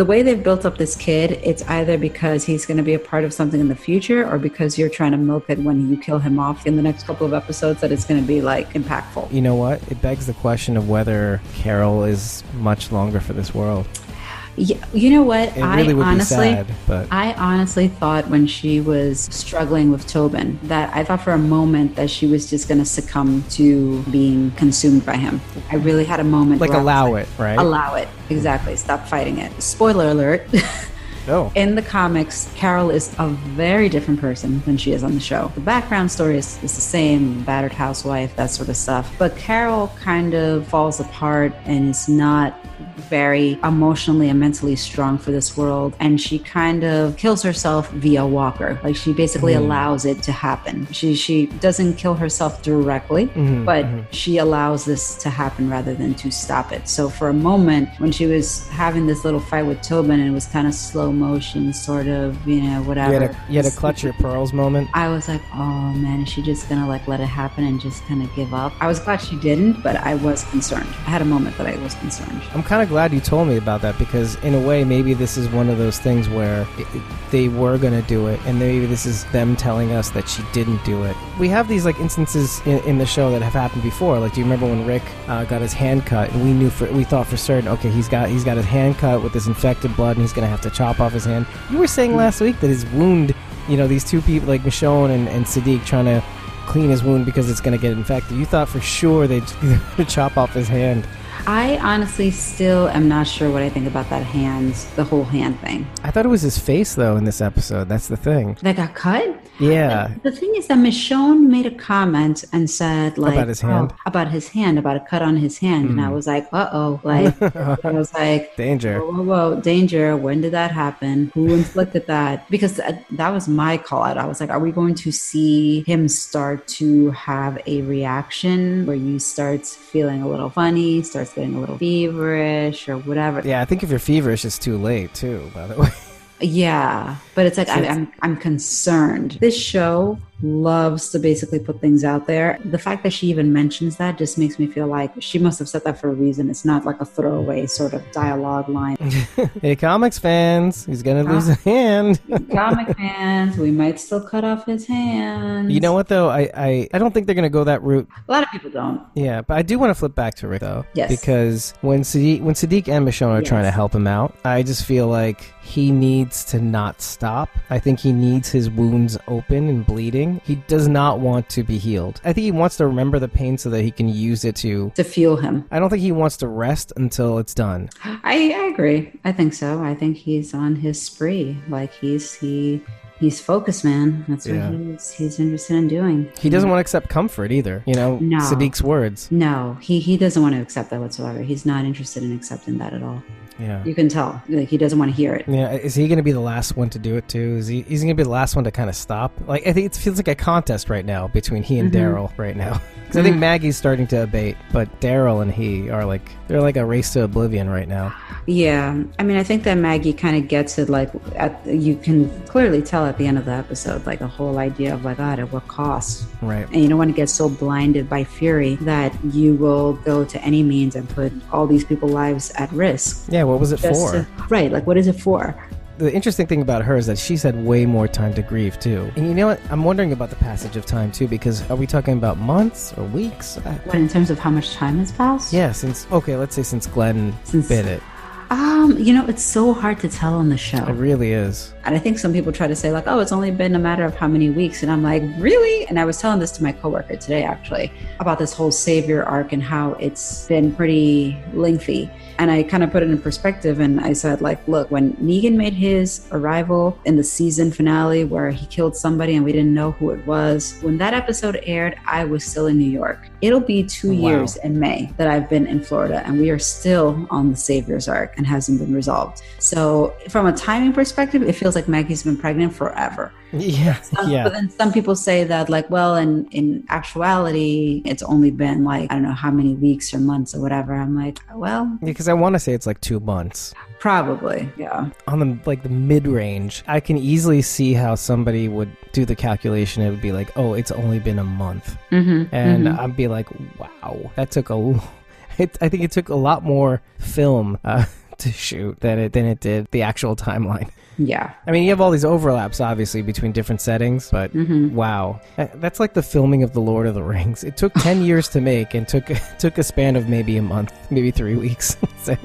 Speaker 2: the way they've built up this kid, it's either because he's going to be a part of something in the future, or because you're trying to milk it when you kill him off in the next couple of episodes that it's going to be like impactful.
Speaker 1: you know what? It begs the question of whether Carol is much longer for this world.
Speaker 2: Yeah, you know what?
Speaker 1: It really would
Speaker 2: honestly,
Speaker 1: be sad, but
Speaker 2: I honestly thought when she was struggling with Tobin that I thought for a moment that she was just going to succumb to being consumed by him. I really had a moment
Speaker 1: like
Speaker 2: where I was
Speaker 1: allow
Speaker 2: like,
Speaker 1: it, right?
Speaker 2: Allow it. Exactly. Stop fighting it. Spoiler alert.
Speaker 1: No.
Speaker 2: In the comics, Carol is a very different person than she is on the show. The background story is, is the same battered housewife, that sort of stuff. But Carol kind of falls apart and is not very emotionally and mentally strong for this world. And she kind of kills herself via Walker. Like she basically
Speaker 1: Mm-hmm.
Speaker 2: allows it to happen. She, she doesn't kill herself directly,
Speaker 1: Mm-hmm,
Speaker 2: but she allows this to happen rather than to stop it. So for a moment, when she was having this little fight with Tobin and it was kind of slow motion, sort of, you know,
Speaker 1: You had
Speaker 2: whatever.
Speaker 1: a you had a clutch your pearls moment.
Speaker 2: I was like, oh man, is she just gonna like let it happen and just kind of give up? I was glad she didn't, but I was concerned. I had a moment that I was concerned.
Speaker 1: I'm kind of glad you told me about that because, in a way, maybe this is one of those things where it, it- they were going to do it, and maybe this is them telling us that she didn't do it. We have these like instances in, in the show that have happened before. Like, do you remember when Rick uh, got his hand cut, and we knew for we thought for certain, okay, he's got he's got his hand cut with this infected blood, and he's going to have to chop off his hand. You were saying last week that his wound, you know, these two people like Michonne and, and Sadiq trying to clean his wound because it's going to get infected. You thought for sure they'd chop off his hand.
Speaker 2: I honestly still am not sure what I think about that hand, the whole hand thing.
Speaker 1: I thought it was his face though in this episode. That's the thing.
Speaker 2: That got cut?
Speaker 1: Yeah.
Speaker 2: The thing is that Michonne made a comment and said, like,
Speaker 1: About his hand? Hmm.
Speaker 2: oh, about his hand, about a cut on his hand, and I was like, uh oh, like, I was like,
Speaker 1: Danger.
Speaker 2: whoa, whoa, whoa, danger! When did that happen? Who inflicted that? Because uh, that was my call out. I was like, are we going to see him start to have a reaction where you starts feeling a little funny, starts getting a little feverish or whatever?
Speaker 1: Yeah, I think if you're feverish it's too late too, by the way.
Speaker 2: Yeah, but it's like I, I'm I'm concerned. This show loves to basically put things out there. The fact that she even mentions that just makes me feel like she must have said that for a reason. It's not like a throwaway sort of dialogue line.
Speaker 1: hey, comics fans, he's
Speaker 2: Ah.
Speaker 1: gonna lose a hand.
Speaker 2: Comic fans, we might still cut off his hands.
Speaker 1: You know what though? I, I I don't think they're gonna go that route.
Speaker 2: a lot of people don't.
Speaker 1: Yeah, but I do want to flip back to Rick though.
Speaker 2: Yes.
Speaker 1: Because when Sadiq when Sadiq and Michonne are
Speaker 2: Yes.
Speaker 1: trying to help him out, I just feel like he needs to not stop. I think he needs his wounds open and bleeding. He does not want to be healed. I think he wants to remember the pain so that he can use it to
Speaker 2: To fuel him.
Speaker 1: I don't think he wants to rest until it's done.
Speaker 2: I, I agree. I think so. I think he's on his spree. Like he's he he's focused, man. That's
Speaker 1: Yeah.
Speaker 2: what he's he's interested in doing.
Speaker 1: He doesn't want to accept comfort either, you know,
Speaker 2: Mm. No.
Speaker 1: Sadiq's words.
Speaker 2: No, he he doesn't want to accept that whatsoever. He's not interested in accepting that at all.
Speaker 1: Yeah.
Speaker 2: You can tell. Like he doesn't want to hear it.
Speaker 1: Yeah, is he going to be the last one to do it too? Is he? He's going to be the last one to kind of stop. Like I think it feels like a contest right now between he and
Speaker 2: Mm-hmm.
Speaker 1: Daryl right now. Because I think Maggie's starting to abate, but Daryl and he are like they're like a race to oblivion right now.
Speaker 2: Yeah, I mean, I think that Maggie kind of gets it. Like, at, you can clearly tell at the end of the episode, like the whole idea of like, God, at what cost?
Speaker 1: Right.
Speaker 2: And you don't want to get so blinded by fury that you will go to any means and put all these people's lives at risk.
Speaker 1: Yeah. What was it
Speaker 2: Just
Speaker 1: for?
Speaker 2: to- right? Like, what is it for?
Speaker 1: The interesting thing about her is that she's had way more time to grieve too. And you know what? I'm wondering about the passage of time too, because are we talking about months or weeks? Uh, I-
Speaker 2: What in terms of how much time has passed?
Speaker 1: yeah. Since okay, let's say since Glenn
Speaker 2: Since-
Speaker 1: bit it,
Speaker 2: Um, you know, it's so hard to tell on the
Speaker 1: it
Speaker 2: show,
Speaker 1: really is.
Speaker 2: and I think some people try to say like, oh, it's only been a matter of how many weeks, and I'm like, really? And I was telling this to my coworker today actually about this whole savior arc and how it's been pretty lengthy. And I kind of put it in perspective, and I said like, look, when Negan made his arrival in the season finale where he killed somebody and we didn't know who it was, when that episode aired, I was still in New York. It'll be two
Speaker 1: Wow.
Speaker 2: years in May that I've been in Florida, and we are still on the Savior's arc and hasn't been resolved. So, from a timing perspective, it feels like Maggie's been pregnant forever.
Speaker 1: Yeah.
Speaker 2: Um,
Speaker 1: Yeah.
Speaker 2: But then some people say that, like, well, in, in actuality, it's only been like, I don't know how many weeks or months or whatever. I'm like, well,
Speaker 1: Because I want to say it's like two months.
Speaker 2: probably. Yeah.
Speaker 1: on the like the mid range, I can easily see how somebody would do the calculation. It would be like, oh, it's only been a month,
Speaker 2: Mm-hmm.
Speaker 1: and I'd be like, wow, that took a. l- It, I think it took a lot more film uh, to shoot than it than it did the actual timeline.
Speaker 2: Yeah.
Speaker 1: I mean, you have all these overlaps, obviously, between different settings, but wow, That- that's like the filming of the Lord of the Rings. It took ten years to make, and took took a span of maybe a month, maybe three weeks, So,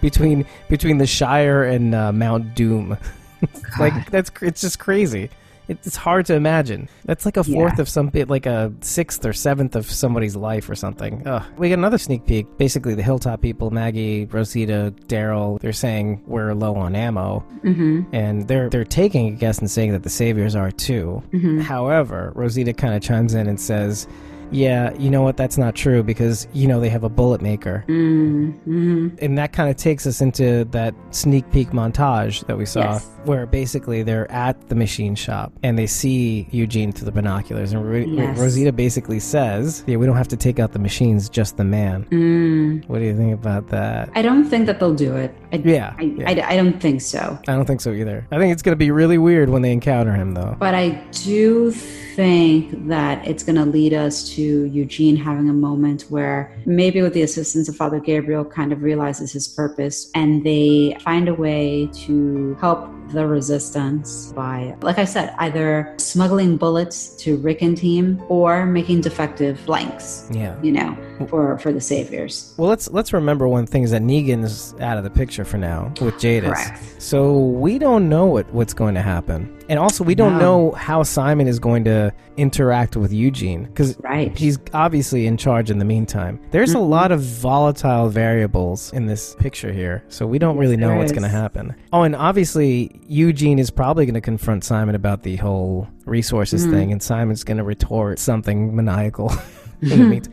Speaker 1: between between the Shire and uh, Mount Doom. It's like that's cr- it's just crazy. It's it's hard to imagine. That's like a fourth
Speaker 2: Yeah.
Speaker 1: of some bit, like a sixth or seventh of somebody's life or something. Ugh. We got another sneak peek. Basically, the Hilltop people, Maggie, Rosita, Daryl, they're saying we're low on ammo
Speaker 2: Mm-hmm.
Speaker 1: and they're they're taking a guess and saying that the saviors are too.
Speaker 2: Mm-hmm.
Speaker 1: However, Rosita kind of chimes in and says, "Yeah, you know what? That's not true because you know they have a bullet maker."
Speaker 2: Mm-hmm.
Speaker 1: And that kind of takes us into that sneak peek montage that we saw,
Speaker 2: Yes.
Speaker 1: where basically they're at the machine shop and they see Eugene through the binoculars. And Ro-
Speaker 2: Yes.
Speaker 1: Rosita basically says, Yeah, we don't have to take out the machines, just the man.
Speaker 2: Mm.
Speaker 1: What do you think about that?
Speaker 2: I don't think that they'll do it. I,
Speaker 1: Yeah,
Speaker 2: I,
Speaker 1: yeah.
Speaker 2: I, I don't think so.
Speaker 1: I don't think so either. I think it's going to be really weird when they encounter him, though.
Speaker 2: But I do think that it's going to lead us to Eugene having a moment where maybe with the assistance of Father Gabriel kind of realizes his purpose and they find a way to help the resistance by, like I said, either smuggling bullets to Rick and team or making defective blanks,
Speaker 1: Yeah.
Speaker 2: you know, for, for the saviors.
Speaker 1: Well, let's let's remember one thing is that Negan's out of the picture for now with Jadis.
Speaker 2: Correct.
Speaker 1: So we don't know what, what's going to happen, and also we don't
Speaker 2: No.
Speaker 1: know how Simon is going to interact with Eugene because
Speaker 2: Right. Mm-hmm.
Speaker 1: he's obviously in charge in the meantime. There's a lot of volatile variables in this picture here, so we don't really know
Speaker 2: there
Speaker 1: what's
Speaker 2: is.
Speaker 1: going to happen. Oh, and obviously Eugene is probably going to confront Simon about the
Speaker 2: Mm-hmm.
Speaker 1: whole resources thing, and Simon's going to retort something maniacal. in the meantime.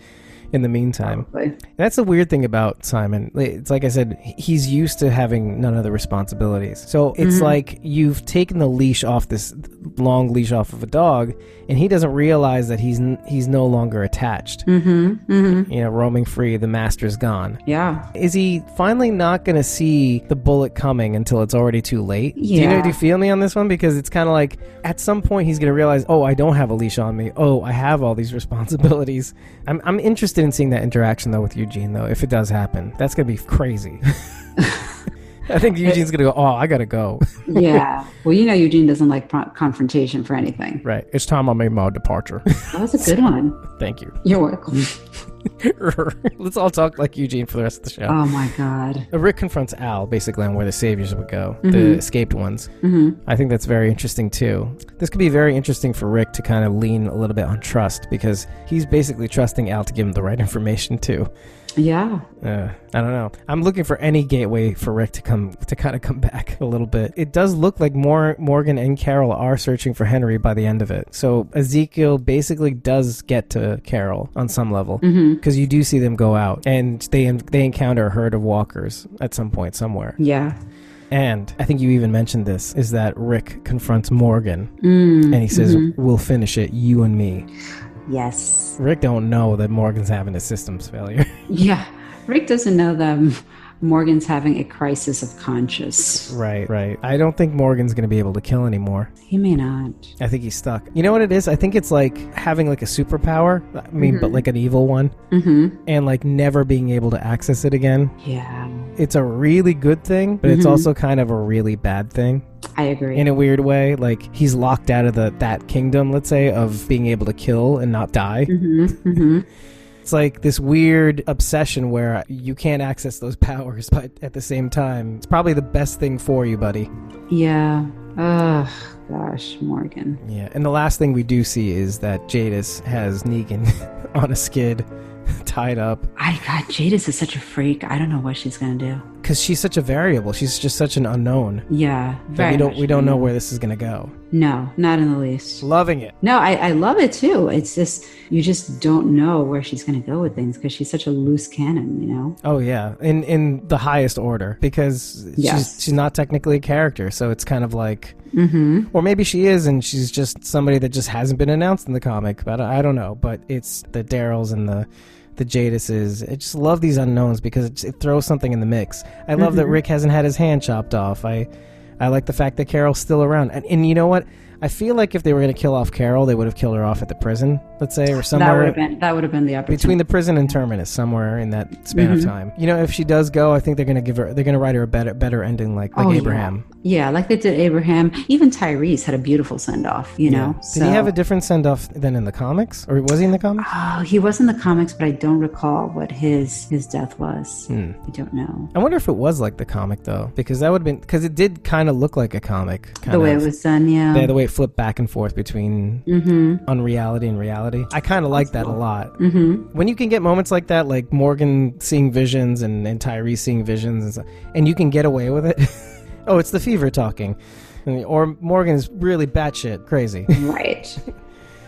Speaker 1: in the meantime.
Speaker 2: Probably.
Speaker 1: That's the weird thing about Simon. It's like I said, he's used to having none of the responsibilities. So it's like you've taken the leash off this long leash off of a dog, and he doesn't realize that he's n- he's no longer attached. Mm-hmm. Mm-hmm. You know, roaming free, the master's gone.
Speaker 2: Yeah.
Speaker 1: Is he finally not going to see the bullet coming until it's already too late? Do you know?
Speaker 2: Yeah.
Speaker 1: Do you feel me on this one? Because it's kind of like at some point he's going to realize, oh, I don't have a leash on me. Oh, I have all these responsibilities. I'm, I'm interested in seeing that interaction though with Eugene though. If it does happen, that's going to be crazy. I think Eugene's going to go, oh, I got to go.
Speaker 2: Yeah. well, you know, Eugene doesn't like pro- confrontation for anything.
Speaker 1: right. It's time I made my departure.
Speaker 2: That was a good one.
Speaker 1: Thank you.
Speaker 2: You're welcome.
Speaker 1: Let's all talk like Eugene for the rest of the show.
Speaker 2: Oh my God.
Speaker 1: Uh, Rick confronts Al basically on where the saviors would go, the escaped ones. Mm-hmm. I think that's very interesting too. This could be very interesting for Rick to kind of lean a little bit on trust because he's basically trusting Al to give him the right information too.
Speaker 2: Yeah.
Speaker 1: Uh, I don't know. I'm looking for any gateway for Rick to come to kind of come back a little bit. It does look like Mor- Morgan and Carol are searching for Henry by the end of it. So Ezekiel basically does get to Carol on some level because you do see them go out and they they encounter a herd of walkers at some point somewhere.
Speaker 2: Yeah.
Speaker 1: And I think you even mentioned this is that Rick confronts Morgan and he says, "We'll finish it, you and me."
Speaker 2: Yes.
Speaker 1: Rick don't know that Morgan's having a systems failure.
Speaker 2: Yeah. Rick doesn't know them. Morgan's having a crisis of conscience.
Speaker 1: Right, right. I don't think Morgan's going to be able to kill anymore.
Speaker 2: He may not.
Speaker 1: I think he's stuck. You know what it is? I think it's like having like a superpower. I mean, but like an evil one,
Speaker 2: Mm-hmm.
Speaker 1: and like never being able to access it again.
Speaker 2: Yeah.
Speaker 1: It's a really good thing, but it's
Speaker 2: Mm-hmm.
Speaker 1: also kind of a really bad thing
Speaker 2: I agree.
Speaker 1: in a weird way. Like he's locked out of the that kingdom, let's say, of being able to kill and not die.
Speaker 2: mm-hmm. Mm-hmm.
Speaker 1: It's like this weird obsession where you can't access those powers, but at the same time, it's probably the best thing for you, buddy.
Speaker 2: Yeah. Ugh. Gosh, Morgan.
Speaker 1: Yeah, and the last thing we do see is that Jadis has Negan on a skid, tied up,
Speaker 2: I God, Jadis is such a freak. I don't know what she's gonna do.
Speaker 1: because she's such a variable. She's just such an unknown.
Speaker 2: Yeah,
Speaker 1: That
Speaker 2: very
Speaker 1: we don't
Speaker 2: much.
Speaker 1: we don't know where this is gonna go.
Speaker 2: No, not in the least.
Speaker 1: Loving it.
Speaker 2: No, I, I love it too. It's just you just don't know where she's gonna go with things because she's such a loose cannon. You know.
Speaker 1: Oh yeah, in in the highest order because
Speaker 2: Yes.
Speaker 1: she's she's not technically a character, so it's kind of like,
Speaker 2: Mm-hmm.
Speaker 1: or maybe she is, and she's just somebody that just hasn't been announced in the comic. But I don't know. But it's the Daryls and the the Jadises. I just love these unknowns because it, it throws something in the mix. I love
Speaker 2: Mm-hmm.
Speaker 1: that Rick hasn't had his hand chopped off. I I like the fact that Carol's still around, and and you know what. I feel like if they were going to kill off Carol, they would have killed her off at the prison, let's say, or
Speaker 2: That would
Speaker 1: somewhere
Speaker 2: have been that would have been the opportunity.
Speaker 1: between the prison and terminus somewhere in that span
Speaker 2: Mm-hmm.
Speaker 1: of time you know if she does go i think they're gonna give her they're gonna write her a better better ending like like
Speaker 2: Oh, yeah.
Speaker 1: abraham
Speaker 2: yeah, like they did Abraham. Even Tyrese had a beautiful send off. You know.
Speaker 1: did he have a different send-off than in the comics or was he in the comics
Speaker 2: Oh, he was in the comics, but I don't recall what his his death was.
Speaker 1: Hmm.
Speaker 2: I don't know
Speaker 1: i wonder if it was like the comic though because that would have been because it did kind of look like a comic kind
Speaker 2: the way
Speaker 1: of.
Speaker 2: it was done. Yeah.
Speaker 1: yeah, the way it flipped back and forth between unreality and reality. I kind of like that a lot. Mm-hmm. When you can get moments like that, like Morgan seeing visions and, and Tyrese seeing visions, and, stuff, and you can get away with it. oh, it's the fever talking. And- Or Morgan's really batshit crazy.
Speaker 2: Right.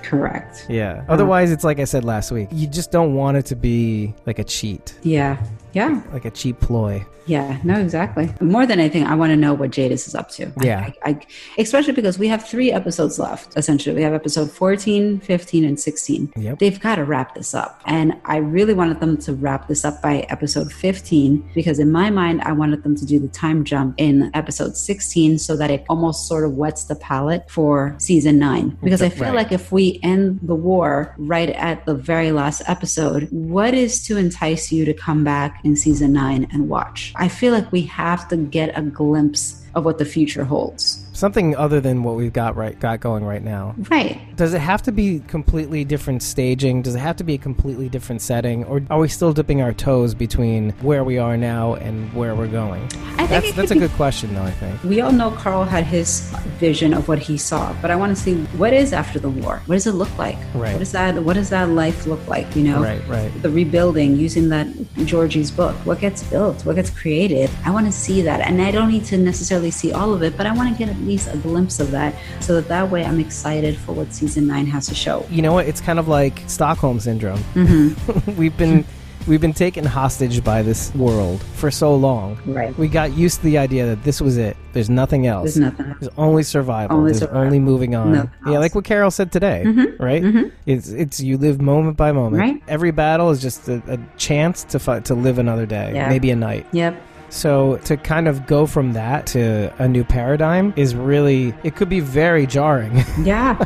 Speaker 2: Correct.
Speaker 1: yeah. Otherwise, it's like I said last week. You just don't want it to be like a cheat,
Speaker 2: Yeah. Yeah.
Speaker 1: like a cheap ploy.
Speaker 2: Yeah, no, exactly. More than anything, I want to know what Jadis is up to. I-
Speaker 1: Yeah.
Speaker 2: I, I, especially because we have three episodes left, essentially. We have episode 14, 15, and 16.
Speaker 1: Yep.
Speaker 2: They've got to wrap this up. And I really wanted them to wrap this up by episode 15 because, in my mind, I wanted them to do the time jump in episode 16 so that it almost sort of wets the palette for season nine. Because I feel
Speaker 1: Right.
Speaker 2: like like if we end the war right at the very last episode, what is to entice you to come back in season nine and watch? I feel like we have to get a glimpse of what the future holds.
Speaker 1: Something other than what we've got right got going right now.
Speaker 2: Right.
Speaker 1: Does it have to be completely different staging? Does it have to be a completely different setting? Or are we still dipping our toes between where we are now and where we're going?
Speaker 2: I think
Speaker 1: That's
Speaker 2: it
Speaker 1: that's a
Speaker 2: could be-
Speaker 1: good question though, I think.
Speaker 2: We all know Carl had his vision of what he saw, but I want to see what is after the war. What does it look like?
Speaker 1: Right.
Speaker 2: What is that? What does that life look like? You know.
Speaker 1: Right, right.
Speaker 2: the rebuilding using that Georgie's book. What gets built? What gets created? I want to see that. And I don't need to necessarily see all of it, but I want to get at least a glimpse of that so that that way I'm excited for what season nine has to show.
Speaker 1: You know what? It's kind of like Stockholm syndrome.
Speaker 2: Mm-hmm.
Speaker 1: we've been we've been taken hostage by this world for so long.
Speaker 2: Right.
Speaker 1: We got used to the idea that this was it. There's nothing else.
Speaker 2: There's nothing.
Speaker 1: There's only survival.
Speaker 2: Only
Speaker 1: There's
Speaker 2: survival.
Speaker 1: only moving on.
Speaker 2: Nothing
Speaker 1: yeah,
Speaker 2: else.
Speaker 1: like what Carol said today, right? It's it's you live moment by moment.
Speaker 2: Mm-hmm. Right.
Speaker 1: Every battle is just a, a chance to fight, to live another day,
Speaker 2: Yeah.
Speaker 1: maybe a night.
Speaker 2: Yep.
Speaker 1: So to kind of go from that to a new paradigm is really it could be very jarring.
Speaker 2: Yeah.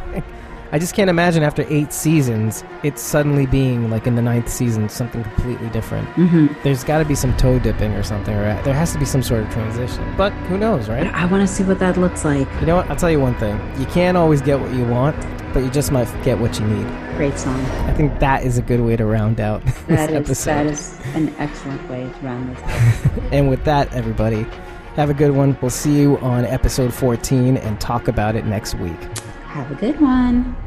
Speaker 1: I just can't imagine after eight seasons, it's suddenly being like in the ninth season something completely different. Mm-hmm. There's got to be some toe dipping or something, or there has to be some sort of transition. But who knows, right?
Speaker 2: I want to see what that looks like.
Speaker 1: You know what? I'll tell you one thing: you can't always get what you want, but you just might get what you need.
Speaker 2: Great song.
Speaker 1: I think that is a good way to round out this
Speaker 2: That is,
Speaker 1: episode.
Speaker 2: that is an excellent way to round this.
Speaker 1: And with that, everybody, have a good one. We'll see you on episode 14 and talk about it next week.
Speaker 2: Have a good one.